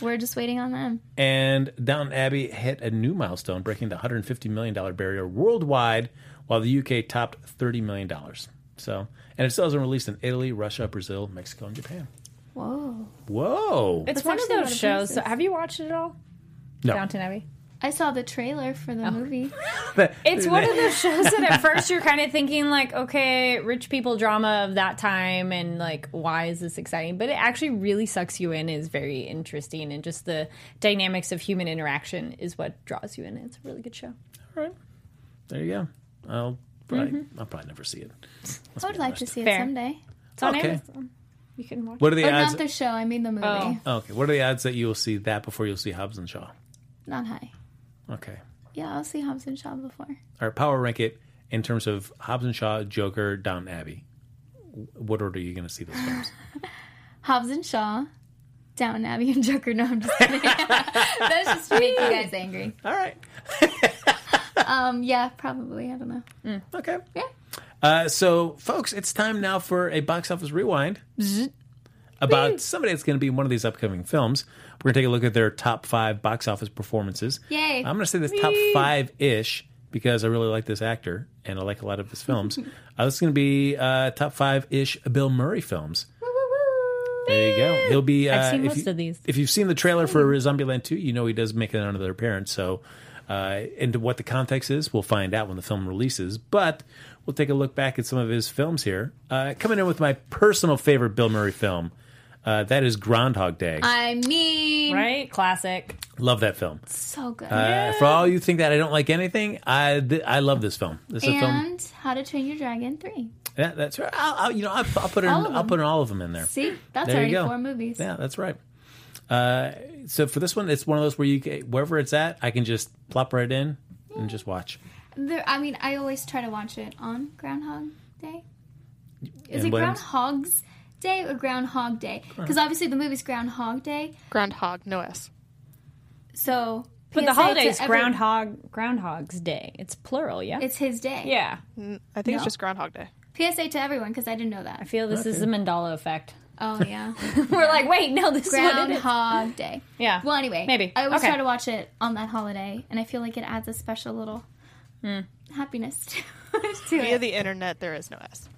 Speaker 3: We're just waiting on them.
Speaker 1: And Downton Abbey hit a new milestone, breaking the 150 million dollar barrier worldwide, while the UK topped 30 million dollars. So, and it still hasn't released in Italy, Russia, Brazil, Mexico, and Japan.
Speaker 3: Whoa.
Speaker 1: Whoa!
Speaker 4: It's
Speaker 3: That's
Speaker 4: one of
Speaker 3: actually a
Speaker 4: those
Speaker 3: lot of
Speaker 4: shows. So
Speaker 3: places.
Speaker 4: have you watched it at all?
Speaker 1: No.
Speaker 4: Downton Abbey.
Speaker 3: I saw the trailer for
Speaker 4: Oh.
Speaker 3: the movie.
Speaker 4: It's one of those shows that at first you're kind of thinking like, okay, rich people drama of that time, and like, why is this exciting? But it actually really sucks you in. is very interesting, and just the dynamics of human interaction is what draws you in. It's a really good show.
Speaker 1: All right. There you go. I'll probably,
Speaker 3: Mm-hmm.
Speaker 1: I'll probably never see it.
Speaker 3: I would like to see it
Speaker 4: Fair.
Speaker 3: someday.
Speaker 4: It's on
Speaker 1: Okay.
Speaker 4: Amazon. You can watch.
Speaker 1: What are the
Speaker 3: Or
Speaker 1: odds?
Speaker 3: Oh, not the show. I mean the movie.
Speaker 4: Oh.
Speaker 1: okay. What are the odds that you will see that before you'll see Hobbs and Shaw?
Speaker 3: Not high.
Speaker 1: Okay.
Speaker 3: Yeah, I'll see Hobbs and Shaw before.
Speaker 1: All right, power rank it in terms of Hobbs and Shaw, Joker, Down Abbey? W- What order are you going to see those films?
Speaker 3: Hobbs and Shaw, Down Abbey, and Joker. No, I'm just kidding. That's just to make you guys angry.
Speaker 1: All right.
Speaker 3: Um, yeah, probably. I don't know.
Speaker 1: Okay.
Speaker 3: Yeah.
Speaker 1: Uh, so, folks, it's time now for a box office rewind about somebody that's going to be in one of these upcoming films. We're going to take a look at their top five box office performances.
Speaker 3: Yay.
Speaker 1: I'm going to say this top five ish because I really like this actor and I like a lot of his films. uh, this is going to be uh, top five ish Bill Murray films. There you go. He'll be. Uh,
Speaker 4: I've seen
Speaker 1: if
Speaker 4: most
Speaker 1: you-
Speaker 4: of these.
Speaker 1: If you've seen the trailer for Zombieland 2, you know he does make another appearance. So, uh, and what the context is, we'll find out when the film releases. But we'll take a look back at some of his films here. Uh, coming in with my personal favorite Bill Murray film, uh, that is Groundhog Day.
Speaker 3: I mean,
Speaker 4: Right? Classic.
Speaker 1: Love that film.
Speaker 3: so good.
Speaker 1: Uh, for all you think that I don't like anything, I th- I love this film. This is a film.
Speaker 3: and How to Train Your Dragon Three.
Speaker 1: Yeah, that's right. I'll, I'll, you know, I'll, I'll put in,
Speaker 3: All of
Speaker 1: I'll
Speaker 3: them.
Speaker 1: put in all of them in there.
Speaker 3: See, that's
Speaker 1: There you
Speaker 3: already
Speaker 1: go.
Speaker 3: four movies.
Speaker 1: Yeah, that's right. Uh, so for this one, it's one of those where you ca- wherever it's at, I can just plop right in and just watch.
Speaker 3: There, I mean, I always try to watch it on Groundhog Day.
Speaker 1: And
Speaker 3: Is it
Speaker 1: what-
Speaker 3: Groundhog's Day or Groundhog Day? Because obviously the movie's Groundhog Day.
Speaker 5: Groundhog, no S.
Speaker 3: So,
Speaker 4: But
Speaker 3: PSA
Speaker 4: the
Speaker 3: to
Speaker 4: holiday is
Speaker 3: every-
Speaker 4: Groundhog Groundhog's Day. It's plural, yeah.
Speaker 3: It's his day.
Speaker 4: yeah.
Speaker 5: I think
Speaker 3: No.
Speaker 5: it's just Groundhog Day.
Speaker 3: PSA to everyone because I didn't know
Speaker 4: I
Speaker 3: that.
Speaker 4: feel this is the Mandela effect.
Speaker 3: Oh yeah.
Speaker 4: We're like, wait, no, this is what it is.
Speaker 3: Groundhog Day.
Speaker 4: Yeah.
Speaker 3: Well, anyway,
Speaker 4: Maybe.
Speaker 3: I always
Speaker 4: Okay.
Speaker 3: try to watch it on that holiday, and I feel like it adds a special little
Speaker 4: Hmm.
Speaker 3: happiness to, to
Speaker 5: Via
Speaker 3: it.
Speaker 5: the internet, there is no S.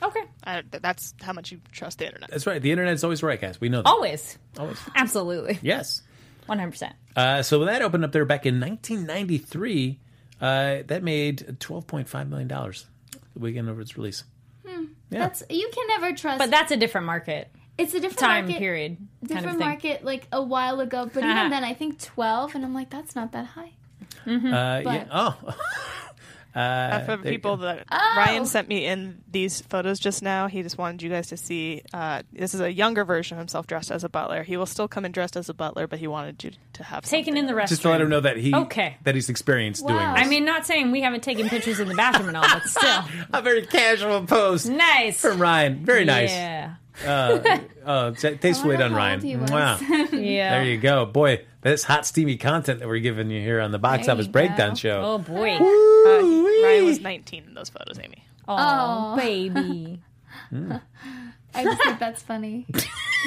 Speaker 4: Okay.
Speaker 5: I, th- that's how much you trust the internet.
Speaker 1: That's right. The internet's always right, guys. We know that.
Speaker 4: Always.
Speaker 1: Always.
Speaker 4: Absolutely.
Speaker 1: Yes.
Speaker 4: 100%.
Speaker 1: Uh, so when that opened up there back in 1993, uh, that made 12.5 million dollars the weekend of its release. Yeah.
Speaker 3: Hmm. That's you can never trust.
Speaker 4: But that's a different market,
Speaker 3: it's a different
Speaker 4: time
Speaker 3: market,
Speaker 4: period kind
Speaker 3: Different
Speaker 4: of thing.
Speaker 3: market, like a while ago. But even then, I think twelve, and I'm like, that's not that high.
Speaker 1: uh,
Speaker 3: but-
Speaker 1: yeah. Oh.
Speaker 5: Uh,
Speaker 1: there
Speaker 5: for
Speaker 1: you
Speaker 5: people that Ryan sent me in these photos just now, he just wanted you guys to see. Uh, this is a younger version of himself dressed as a butler. He will still come in dressed as a butler, but he wanted you to have
Speaker 4: Taken
Speaker 5: something.
Speaker 4: in the restaurant.
Speaker 1: Just to let him know that he
Speaker 4: Okay.
Speaker 1: that he's experienced doing
Speaker 3: Wow.
Speaker 1: this.
Speaker 4: I mean, not saying we haven't taken pictures in the bathroom and all, but still.
Speaker 1: a very casual post
Speaker 4: Nice.
Speaker 1: from Ryan. Very nice.
Speaker 4: Yeah.
Speaker 1: Oh, t- tastefully
Speaker 3: I wonder
Speaker 1: done,
Speaker 3: how
Speaker 1: Ryan.
Speaker 3: old he was.
Speaker 1: Mwah.
Speaker 4: Yeah.
Speaker 1: There you go. Boy, that's hot, steamy content that we're giving you here on the Box
Speaker 3: There
Speaker 1: Office
Speaker 3: you
Speaker 1: Breakdown
Speaker 3: go.
Speaker 1: Show.
Speaker 4: Oh, boy.
Speaker 5: Uh, he- Ryan was 19 in those photos, Amy.
Speaker 4: Oh, baby.
Speaker 3: I just think that's funny.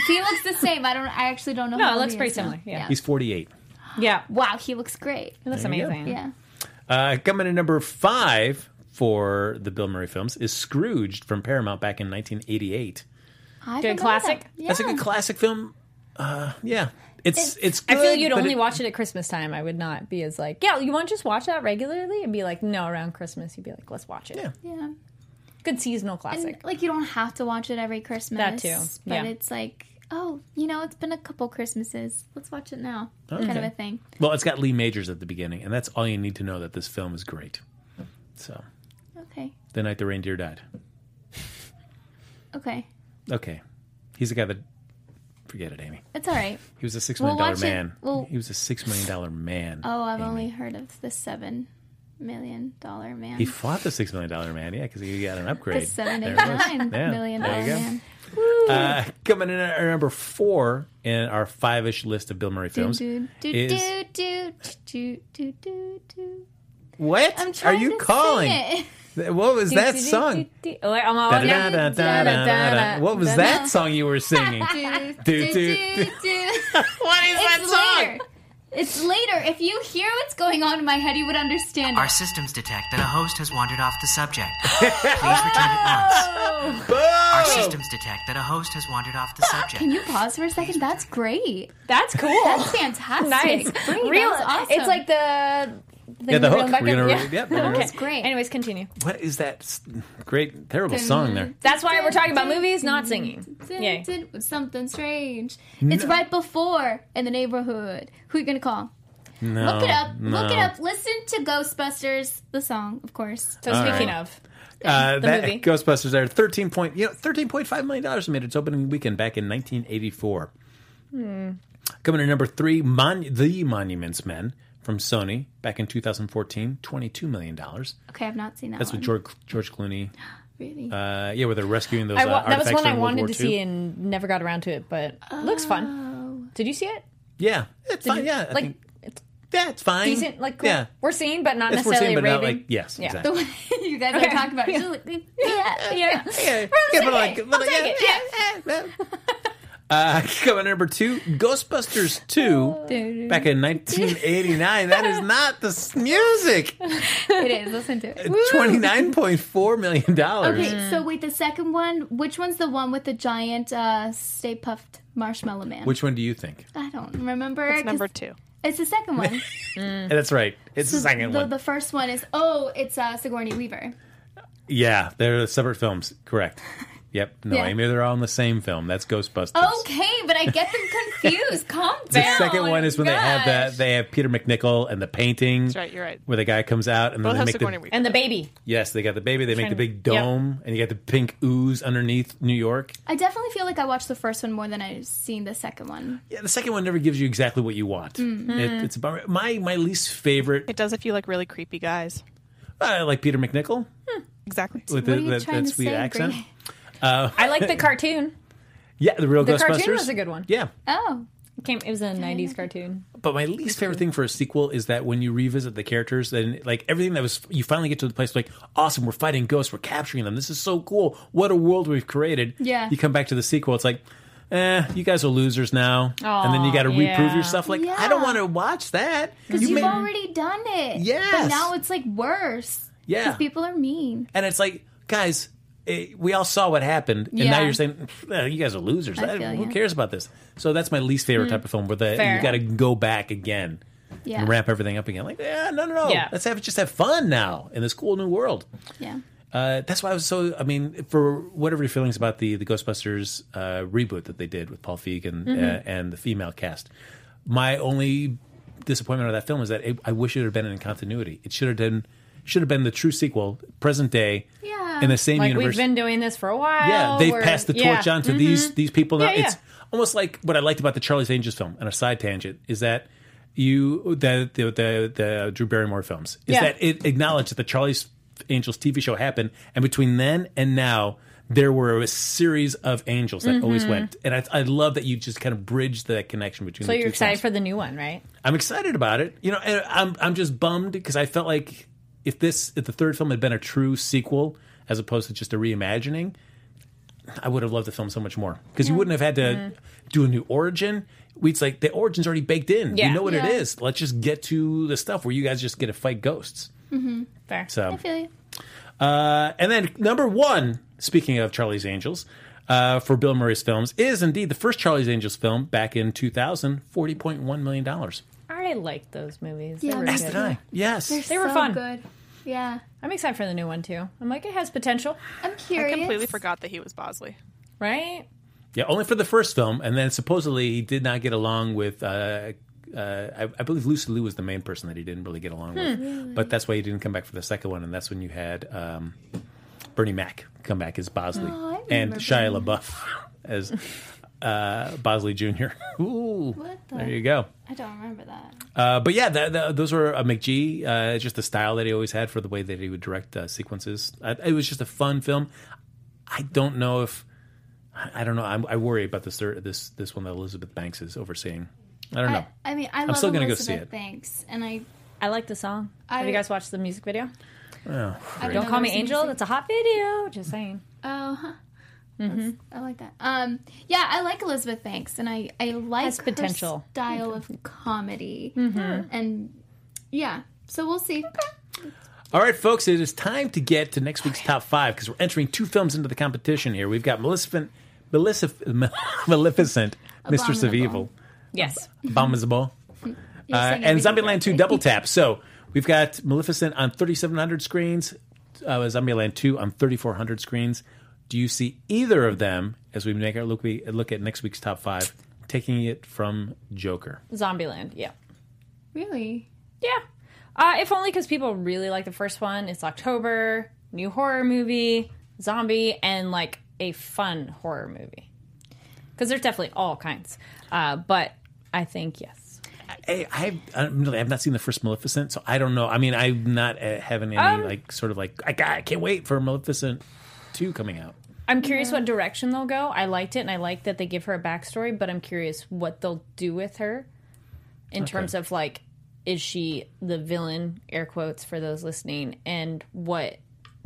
Speaker 3: he looks the same. I don't. I actually don't know. how
Speaker 4: No, it
Speaker 3: old
Speaker 4: looks
Speaker 3: he
Speaker 4: pretty
Speaker 3: is now.
Speaker 4: similar. Yeah.
Speaker 1: He's 48.
Speaker 4: Yeah.
Speaker 3: Wow, he looks great.
Speaker 4: It looks
Speaker 1: you go.
Speaker 4: amazing.
Speaker 3: Yeah.
Speaker 1: Uh, coming in number five for the Bill Murray films is Scrooged from Paramount back in 1988.
Speaker 3: I don't know
Speaker 4: Good
Speaker 3: that.
Speaker 4: classic?
Speaker 3: Yeah.
Speaker 1: That's a good classic film. Uh, yeah. It's it's
Speaker 4: I
Speaker 1: good.
Speaker 4: feel you'd
Speaker 1: but
Speaker 4: only
Speaker 1: it-
Speaker 4: watch it at Christmas time. I would not be as like, yeah, you want to just watch that regularly? And be like, no, around Christmas, you'd be like, let's watch it.
Speaker 1: Yeah.
Speaker 3: Yeah.
Speaker 4: Good seasonal
Speaker 3: And,
Speaker 4: classic.
Speaker 3: like you don't have to watch it every Christmas.
Speaker 4: That too,
Speaker 3: But
Speaker 4: yeah.
Speaker 3: it's like, oh, you know, it's been a couple Christmases. Let's watch it now. Kind of a thing.
Speaker 1: Well, it's got Lee Majors at the beginning, and that's all you need to know that this film is great. So,
Speaker 3: Okay.
Speaker 1: The Night the Reindeer Died.
Speaker 3: Okay.
Speaker 1: Okay. He's the guy that. Forget it, Amy.
Speaker 3: It's all right.
Speaker 1: He was a six
Speaker 3: We'll
Speaker 1: million dollar
Speaker 3: watch it.
Speaker 1: man.
Speaker 3: We'll-
Speaker 1: He was a six million dollar man.
Speaker 3: Oh, I've
Speaker 1: Amy.
Speaker 3: only heard of the seven million dollar man.
Speaker 1: He fought the six million dollar man, yeah, because he got an
Speaker 3: the
Speaker 1: upgrade.
Speaker 3: seven
Speaker 1: There
Speaker 3: eight
Speaker 1: it is.
Speaker 3: nine
Speaker 1: Yeah,
Speaker 3: million
Speaker 1: there
Speaker 3: dollar
Speaker 1: you go.
Speaker 3: man.
Speaker 1: Uh, coming in at number four in our five-ish list of Bill Murray
Speaker 3: Do
Speaker 1: films
Speaker 3: do do
Speaker 1: is
Speaker 3: do do do do do do.
Speaker 1: what?
Speaker 3: I'm
Speaker 1: Are
Speaker 3: trying
Speaker 1: you
Speaker 3: to
Speaker 1: calling?
Speaker 3: Sing it.
Speaker 1: What was that song?
Speaker 4: Oh, wait, I'm all-
Speaker 1: Da-
Speaker 4: yeah.
Speaker 1: da- da- da- da- da- da. What was that song you were singing? What is
Speaker 3: Do
Speaker 1: Do,
Speaker 3: do
Speaker 1: do,
Speaker 3: do do. It's later. It's later. If you hear what's going on in my head, you would understand.
Speaker 6: Our systems detect that a host has wandered off the subject. Please return at once. Our systems detect that a host has wandered off the subject.
Speaker 3: Can you pause for a second? That's great.
Speaker 4: That's cool.
Speaker 3: That's fantastic.
Speaker 4: nice.
Speaker 3: Great.
Speaker 4: Real.
Speaker 3: That was awesome.
Speaker 4: It's like the. the
Speaker 1: Yeah, the
Speaker 4: reel
Speaker 1: hook.
Speaker 4: back
Speaker 1: We're
Speaker 4: in-
Speaker 1: gonna
Speaker 4: yeah.
Speaker 1: re- yep, we're gonna
Speaker 4: Okay.
Speaker 1: re- That's
Speaker 3: great.
Speaker 4: Anyways, continue.
Speaker 1: What is that s- great, terrible song there?
Speaker 4: That's why we're talking about movies, not singing. Yay.
Speaker 3: Something strange. It's right before in the neighborhood. Who you gonna call?
Speaker 1: No,
Speaker 3: Look it up. Look it
Speaker 1: no.
Speaker 3: up. Listen to Ghostbusters, the song, of course.
Speaker 4: So speaking of,
Speaker 1: Uh, that
Speaker 4: movie.
Speaker 1: Ghostbusters there thirteen point you know thirteen point five million dollars made its opening weekend back in
Speaker 4: Hmm.
Speaker 1: nineteen eighty four. Coming in number three, Mon- the Monuments Men from Sony back in 2014, 22 million dollars.
Speaker 3: Okay, I've not seen that.
Speaker 1: That's
Speaker 3: one.
Speaker 4: Oh.
Speaker 1: with George George Clooney.
Speaker 3: Really?
Speaker 1: Uh, yeah, where they're rescuing those
Speaker 4: I
Speaker 1: uh,
Speaker 4: wa- that
Speaker 1: artifacts
Speaker 4: was one
Speaker 1: during
Speaker 4: I
Speaker 1: World
Speaker 4: wanted
Speaker 1: War
Speaker 4: to
Speaker 1: II.
Speaker 4: see and never got around to it, but it looks
Speaker 3: Oh.
Speaker 4: fun. Did you see it?
Speaker 1: Yeah, it's fine. Yeah, I
Speaker 4: like
Speaker 1: think- yeah, it's fine.
Speaker 4: decent, like cool.
Speaker 1: yeah,
Speaker 4: We're seeing, but not
Speaker 1: it's worth seeing,
Speaker 4: necessarily
Speaker 1: but
Speaker 4: raving.
Speaker 1: not like yes,
Speaker 4: Yeah.
Speaker 1: exactly.
Speaker 3: you guys are
Speaker 4: Okay.
Speaker 3: talking about. Yeah. yeah.
Speaker 4: yeah.
Speaker 1: Yeah,
Speaker 4: I'll
Speaker 1: but
Speaker 4: take it.
Speaker 1: but
Speaker 4: I'll take
Speaker 1: yeah, yeah, yeah. Uh, coming number two, Ghostbusters
Speaker 3: Oh.
Speaker 1: two, back in 1989. That is not the s- music.
Speaker 3: It is. Listen to it.
Speaker 1: Twenty nine point four million dollars.
Speaker 3: Okay, so wait, the second one. Which one's the one with the giant uh, Stay Puffed Marshmallow Man?
Speaker 1: Which one do you think?
Speaker 3: I don't remember.
Speaker 5: It's
Speaker 3: 'cause
Speaker 5: number two.
Speaker 3: It's the second one.
Speaker 1: That's right. It's the second
Speaker 3: the,
Speaker 1: one.
Speaker 3: the first one is oh, it's uh, Sigourney Weaver.
Speaker 1: Yeah, they're separate films. Correct. Yep. No,
Speaker 3: Yeah.
Speaker 1: Amy, they're all in the same film. That's Ghostbusters.
Speaker 3: Okay, but I get them confused. Calm
Speaker 1: The
Speaker 3: down.
Speaker 1: second one is when they have
Speaker 3: Gosh.
Speaker 1: that they have Peter McNichol and the painting. That's
Speaker 5: right, you're right.
Speaker 1: Where the guy comes out and
Speaker 5: Both
Speaker 1: then
Speaker 5: have
Speaker 1: they make
Speaker 5: Sigourney
Speaker 1: the,
Speaker 5: Weaver.
Speaker 4: And the baby.
Speaker 1: yes, they got the baby. They make the
Speaker 4: Trying
Speaker 1: big
Speaker 4: to- yep.
Speaker 1: dome, and you got the pink ooze underneath New York.
Speaker 3: I definitely feel like I watched the first one more than I've seen the second one.
Speaker 1: Yeah, the second one never gives you exactly what you want.
Speaker 4: Mm-hmm.
Speaker 1: It, it's a bummer. My my least favorite.
Speaker 5: It does if you like really creepy guys.
Speaker 1: I like Peter McNichol
Speaker 5: Exactly.
Speaker 1: with
Speaker 3: What
Speaker 1: the,
Speaker 3: are you
Speaker 1: that-
Speaker 3: trying
Speaker 1: that
Speaker 3: to
Speaker 1: sweet
Speaker 3: say,
Speaker 1: accent.
Speaker 3: Brie?
Speaker 4: I like the cartoon.
Speaker 1: Yeah, the real
Speaker 4: The
Speaker 1: Ghostbusters.
Speaker 4: cartoon was a good one.
Speaker 1: Yeah,
Speaker 3: Oh,
Speaker 4: It came. It was a '90s cartoon.
Speaker 1: But my least favorite thing for a sequel is that when you revisit the characters, then like everything that was, you finally get to the place like, awesome, we're fighting ghosts, we're capturing them. This is so cool. What a world we've created.
Speaker 3: Yeah.
Speaker 1: You come back to the sequel, it's like, eh, you guys are losers now. and then you got to
Speaker 4: Aw,
Speaker 1: reprove
Speaker 4: yeah.
Speaker 1: yourself. Like, I don't want to watch that.
Speaker 3: because you have
Speaker 1: may-
Speaker 3: already done it.
Speaker 1: Yes.
Speaker 3: But now it's like worse.
Speaker 1: Yeah.
Speaker 3: Because people are mean.
Speaker 1: and it's like, guys, it, we all saw what happened, and now
Speaker 3: Yeah.
Speaker 1: you're saying "Eh, you guys are losers.
Speaker 3: I feel
Speaker 1: who
Speaker 3: ya. Mm.
Speaker 1: cares about this? So that's my least favorite type of film where the you
Speaker 4: Fair.
Speaker 1: got to go back again.
Speaker 3: Yeah.
Speaker 1: and wrap everything up again. Like, yeah, no, no, no.
Speaker 4: Yeah.
Speaker 1: Let's have just have fun now in this cool new world.
Speaker 3: Yeah.
Speaker 1: Uh, that's why I was so. I mean, for whatever your feelings about the the Ghostbusters uh, reboot that they did with Paul Feig and
Speaker 4: Mm-hmm.
Speaker 1: uh, and the female cast, my only disappointment of that film is that it, I wish it had been in continuity. It should have been should have been the true sequel, present day,
Speaker 3: Yeah.
Speaker 1: in the same
Speaker 4: Like
Speaker 1: universe.
Speaker 4: we've been doing this for a while.
Speaker 1: Yeah, they've
Speaker 4: We're-
Speaker 1: passed the
Speaker 4: yeah. Mm-hmm.
Speaker 1: torch on to these these people now.
Speaker 4: Yeah,
Speaker 1: It's almost like what I liked about the Charlie's Angels film. On a side tangent, is that you the the the, the Drew Barrymore films is
Speaker 4: Yeah.
Speaker 1: that it acknowledged that the Charlie's Angels TV show happened, and between then and now. There were a series of angels that always
Speaker 4: Mm-hmm.
Speaker 1: went, and I, I love that you just kind of bridge that connection between.
Speaker 4: So
Speaker 1: the
Speaker 4: you're
Speaker 1: two
Speaker 4: excited
Speaker 1: films.
Speaker 4: for the new one, right?
Speaker 1: I'm excited about it. You know, and I'm I'm just bummed because I felt like if this if the third film had been a true sequel as opposed to just a reimagining, I would have loved the film so much more because you wouldn't have had to
Speaker 3: Mm-hmm.
Speaker 1: do a new origin. We'd like the origin's already baked in.
Speaker 4: Yeah.
Speaker 1: You know what
Speaker 3: Yeah.
Speaker 1: it is. Let's just get to the stuff where you guys just get to fight ghosts.
Speaker 4: Fair.
Speaker 1: So
Speaker 3: I feel you.
Speaker 1: uh, and then number one, speaking of Charlie's Angels, uh, for Bill Murray's films, is indeed the first Charlie's Angels film back in 2000, $40.1 million.
Speaker 4: I liked those movies.
Speaker 3: Yeah,
Speaker 4: they were
Speaker 3: me
Speaker 4: good.
Speaker 1: Did I? Yes.
Speaker 4: They were
Speaker 3: so
Speaker 4: fun.
Speaker 3: good. Yeah.
Speaker 4: I'm excited for the new one too. I'm like, it has potential,
Speaker 3: I'm
Speaker 5: I
Speaker 3: curious.
Speaker 5: completely forgot that he was Bosley.
Speaker 4: right?
Speaker 1: Yeah, only for the first film, and then supposedly he did not get along with. Uh, uh, I, I believe Lucy Liu was the main person that he didn't really get along with, but that's why he didn't come back for the second one, and that's when you had um, Bernie Mac come back as Bosley
Speaker 3: Oh, I
Speaker 1: and
Speaker 3: remember
Speaker 1: Shia LaBeouf as uh, Bosley Jr. Ooh,
Speaker 3: What the-
Speaker 1: there you go.
Speaker 3: I don't remember that.
Speaker 1: Uh, but yeah, the, the, those were uh, McGee. Uh, it's just the style that he always had for the way that he would direct uh, sequences. I, it was just a fun film. I don't know if I, I don't know. I'm, I worry about this third, this this one that Elizabeth Banks is overseeing. I don't know.
Speaker 3: I, I mean, I love
Speaker 1: still gonna go
Speaker 3: Elizabeth
Speaker 1: see it.
Speaker 3: Banks, and I
Speaker 4: I like the song.
Speaker 3: I-
Speaker 4: Have you guys watched the music video?
Speaker 1: Oh,
Speaker 3: I
Speaker 4: Don't call me
Speaker 3: where it's
Speaker 4: Angel.
Speaker 3: music-
Speaker 4: That's a hot video. Just saying.
Speaker 3: Oh, huh.
Speaker 4: Mm-hmm.
Speaker 3: That's- I like that. Um, yeah, I like Elizabeth Banks, and I I like
Speaker 4: Has
Speaker 3: her
Speaker 4: potential. Mm-hmm.
Speaker 3: style of comedy, and yeah. So we'll see.
Speaker 1: All right, folks, it is time to get to next week's top five because we're entering two films into the competition here. We've got Maleficent, Maleficent, Maleficent Mistress of Evil,
Speaker 3: Abominable.
Speaker 4: Yes.
Speaker 1: Abominable.
Speaker 3: You're
Speaker 1: Uh,
Speaker 3: saying
Speaker 1: and
Speaker 3: everything
Speaker 1: Zombieland 2
Speaker 3: correctly.
Speaker 1: Double Tap. So we've got Maleficent on 3,700 screens, uh, Zombieland 2 on 3,400 screens. Do you see either of them as we make our look, we look at next week's top five? Taking it from Joker.
Speaker 4: Zombieland. Yeah.
Speaker 3: Really?
Speaker 4: Yeah. Uh, if only because people really like the first one. It's October, new horror movie, zombie, and like a fun horror movie. Because there's definitely all kinds. Uh, but I think, yes.
Speaker 1: I, I, admittedly, I've not seen the first Maleficent, so I don't know. I mean, I'm not uh, having any
Speaker 4: Um,
Speaker 1: like sort of like I, ca- I can't wait for Maleficent two coming out.
Speaker 4: I'm curious what direction they'll go. I liked it, and I like that they give her a backstory, but I'm curious what they'll do with her in terms of like, is she the villain, air quotes for those listening, and what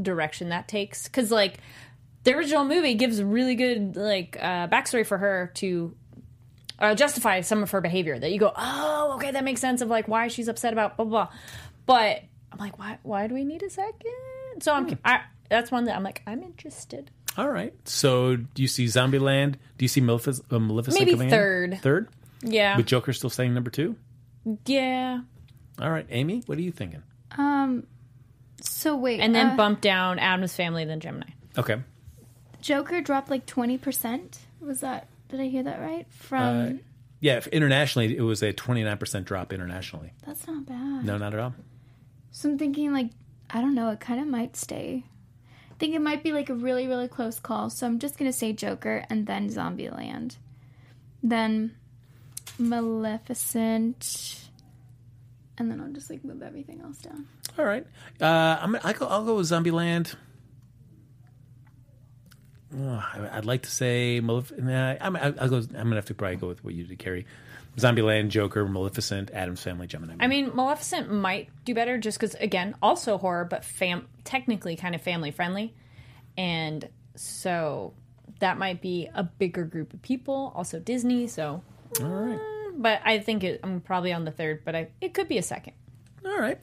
Speaker 4: direction that takes? Because, like, the original movie gives really good, like, uh, backstory for her to uh, justify some of her behavior that you go, oh, okay, that makes sense of like why she's upset about blah blah. blah. But I'm like, why? Why do we need a second? So I'm. I, that's one that I'm like, I'm interested.
Speaker 1: All right. So do you see Zombieland? Do you see Malefic- uh, Maleficent?
Speaker 4: Maybe
Speaker 1: coming in?
Speaker 4: third.
Speaker 1: Third.
Speaker 4: Yeah.
Speaker 1: With Joker still staying number two.
Speaker 4: yeah.
Speaker 1: All right, Amy, what are you thinking?
Speaker 3: Um. So wait,
Speaker 4: And then
Speaker 3: uh,
Speaker 4: bump down Adam's family, then Gemini.
Speaker 1: Okay.
Speaker 3: Joker dropped like twenty percent. Was that? Did I hear that right?
Speaker 1: Uh,
Speaker 3: From
Speaker 1: Yeah, if internationally, it was a 29% drop internationally.
Speaker 3: that's not bad.
Speaker 1: No, not at all.
Speaker 3: So I'm thinking like I don't know. It kind of might stay. I think it might be like a really really close call. So I'm just gonna say Joker and then Zombieland, then Maleficent, and then I'll just like move everything else down.
Speaker 1: All right. Uh, I'm, I go, I'll go with Zombieland. Ugh, I- I'd like to say Malef- nah, I'm, I- I'll go, I'm gonna have to probably go with what you did, Carrie. Zombieland, Joker, Maleficent, Adam's Family, Gemini.
Speaker 4: I mean, Maleficent might do better just because, again, also horror, but fam- technically kind of family friendly. And so that might be a bigger group of people, also Disney. So,
Speaker 1: all right,
Speaker 4: but I think it, I'm probably on the third, but I, it could be a second.
Speaker 1: all right.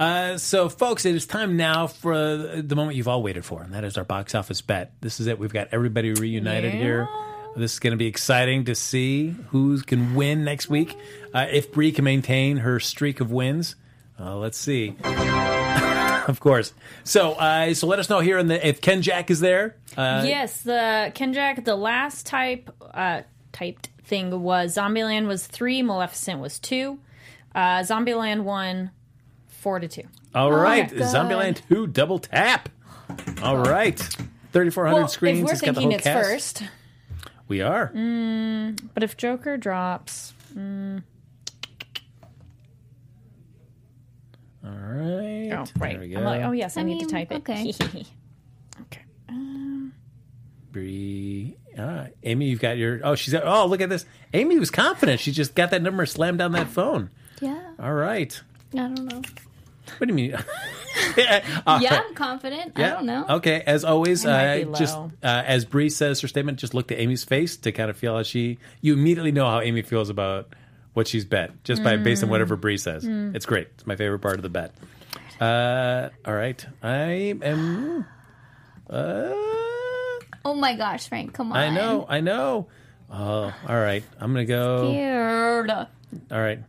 Speaker 1: Uh, so, folks, it is time now for the moment you've all waited for, and that is our box office bet. This is it. We've got everybody reunited here. This is going to be exciting to see who can win next week. Uh, if Bree can maintain her streak of wins, uh, let's see. of course. So, uh, so let us know here in the if Ken Jack is there. Uh,
Speaker 4: yes, the Kenjack, the last type uh, typed thing was Zombieland was three, Maleficent was two, uh, Zombieland one, four to two.
Speaker 1: all right,
Speaker 3: good.
Speaker 1: Zombieland Two Double Tap. All right, thirty four hundred
Speaker 4: Well, if
Speaker 1: screens.
Speaker 4: we're
Speaker 1: it's got the
Speaker 4: thinking
Speaker 1: whole
Speaker 4: it's
Speaker 1: cast.
Speaker 4: first, Mm.
Speaker 1: we are.
Speaker 4: but if Joker drops,
Speaker 1: All right,
Speaker 4: oh right,
Speaker 1: There we
Speaker 4: I'm like,
Speaker 1: go.
Speaker 4: oh yes, I,
Speaker 3: I
Speaker 4: need to
Speaker 3: mean,
Speaker 4: type it.
Speaker 3: okay.
Speaker 4: okay.
Speaker 1: Bree. Ah, Amy, you've got your. Oh, she's. Oh, look at this. Amy was confident. She just got that number, slammed down that phone.
Speaker 3: Yeah,
Speaker 1: All right.
Speaker 3: I don't know.
Speaker 1: What do you mean? uh,
Speaker 3: Yeah, I'm confident. I don't know.
Speaker 1: Okay. As always,
Speaker 4: I
Speaker 1: uh,
Speaker 4: might be
Speaker 1: just uh,
Speaker 4: low.
Speaker 1: as Bree says her statement, just look to Amy's face to kind of feel how she. You immediately know how Amy feels about what she's bet just by based on whatever Bree says. It's great. It's my favorite part of the bet. Uh, all right. I am. Uh,
Speaker 3: Oh my gosh, Frank, come on.
Speaker 1: I know, I know. Oh, all right. I'm gonna go.
Speaker 3: Weird.
Speaker 1: All right.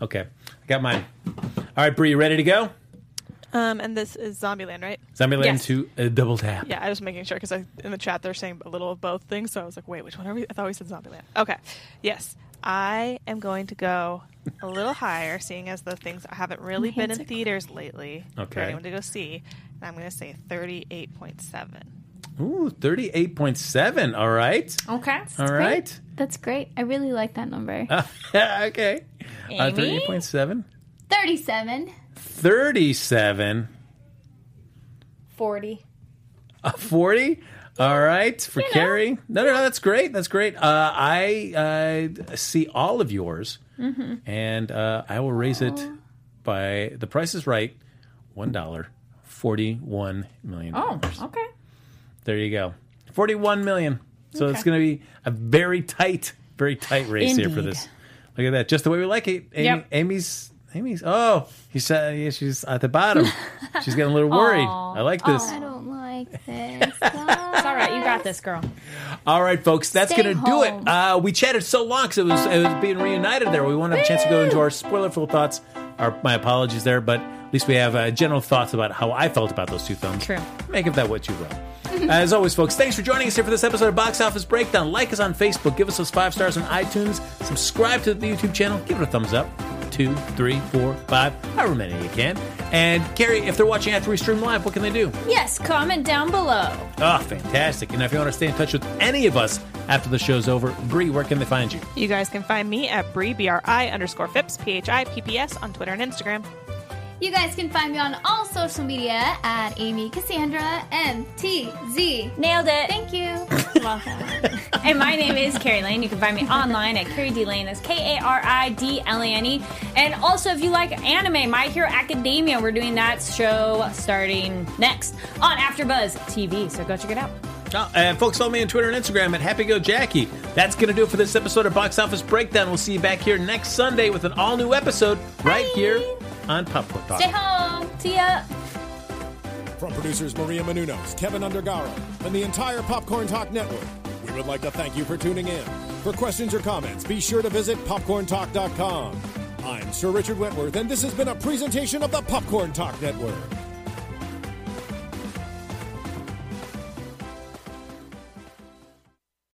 Speaker 1: Okay, I got mine. All right, Bree, you ready to go?
Speaker 5: Um, and this is Zombieland, right?
Speaker 1: Zombieland
Speaker 4: Yes.
Speaker 1: two, uh, double tap.
Speaker 5: Yeah, I was making sure because in the chat they're saying a little of both things, so I was like, wait, which one are we? I thought we said Zombieland. Okay, yes, I am going to go a little higher, seeing as the things I haven't really been in theaters lately for
Speaker 1: Okay.
Speaker 5: anyone to go see, and I'm going to say thirty-eight point seven.
Speaker 1: Ooh, thirty-eight point seven. All right,
Speaker 4: Okay.
Speaker 1: all right.
Speaker 3: That's great. I really like that number.
Speaker 1: Ah. okay. Uh,
Speaker 4: Amy?
Speaker 1: thirty-eight point seven.
Speaker 3: 37.
Speaker 1: Thirty-seven.
Speaker 4: Forty.
Speaker 1: A forty. All right, for Carrie. No, no, no. That's great. That's great. Uh, I uh, see all of yours,
Speaker 4: Mm-hmm.
Speaker 1: and uh, I will raise it by the Price is Right, one dollar, forty-one million.
Speaker 4: Oh, okay.
Speaker 1: There you go, forty-one million. So it's going to be a very tight, very tight race here for
Speaker 4: Indeed.
Speaker 1: this. Look at that, just the way we like it. Amy,
Speaker 4: Yep.
Speaker 1: Amy's. Amy's. Oh, he said yeah, she's at the bottom. she's getting a little worried. I like this.
Speaker 3: I don't like this. it's
Speaker 4: All right, you got this, girl.
Speaker 1: All right, folks, that's
Speaker 3: Stay
Speaker 1: going to do it.
Speaker 3: home.
Speaker 1: Uh, we chatted so long because it was, it was being reunited there. We won't have a chance to go into our spoilerful thoughts. Our, my apologies there, but at least we have uh, general thoughts about how I felt about those two films.
Speaker 4: True.
Speaker 1: Make of that what you will. As always, folks, thanks for joining us here for this episode of Box Office Breakdown. Like us on Facebook, give us those five stars on iTunes, subscribe to the YouTube channel, give it a thumbs up. Two, three, four, five, however many you can. And Carrie, if they're watching after we stream live, what can they do?
Speaker 4: Yes, comment down below.
Speaker 1: Ah, fantastic. And if you want to stay in touch with any of us after the show's over. Bree, where can they find you?
Speaker 5: You guys can find me at Bri, B-R-I underscore Phipps, P-H-I-P-P-S on Twitter and Instagram.
Speaker 3: You guys can find me on all social media at Amy Cassandra MTZ.
Speaker 4: Nailed it.
Speaker 3: Thank you.
Speaker 4: Welcome. and my name is Carrie Lane. You can find me online at Carrie D Lane. That's K A R I D L A N E. And also, if you like anime, My Hero Academia, we're doing that show starting next on AfterBuzz TV. So go check it out.
Speaker 1: Uh, and folks, follow me on Twitter and Instagram at HappyGoJackie. That's going to do it for this episode of Box Office Breakdown. We'll see you back here next Sunday with an all new episode right here on Popcorn Talk.
Speaker 4: Stay home. See ya.
Speaker 2: From producers Maria Menunos, Kevin Undergaro, and the entire Popcorn Talk Network, we would like to thank you for tuning in. For questions or comments, be sure to visit popcorntalk.com. I'm Sir Richard Wentworth, and this has been a presentation of the Popcorn Talk Network.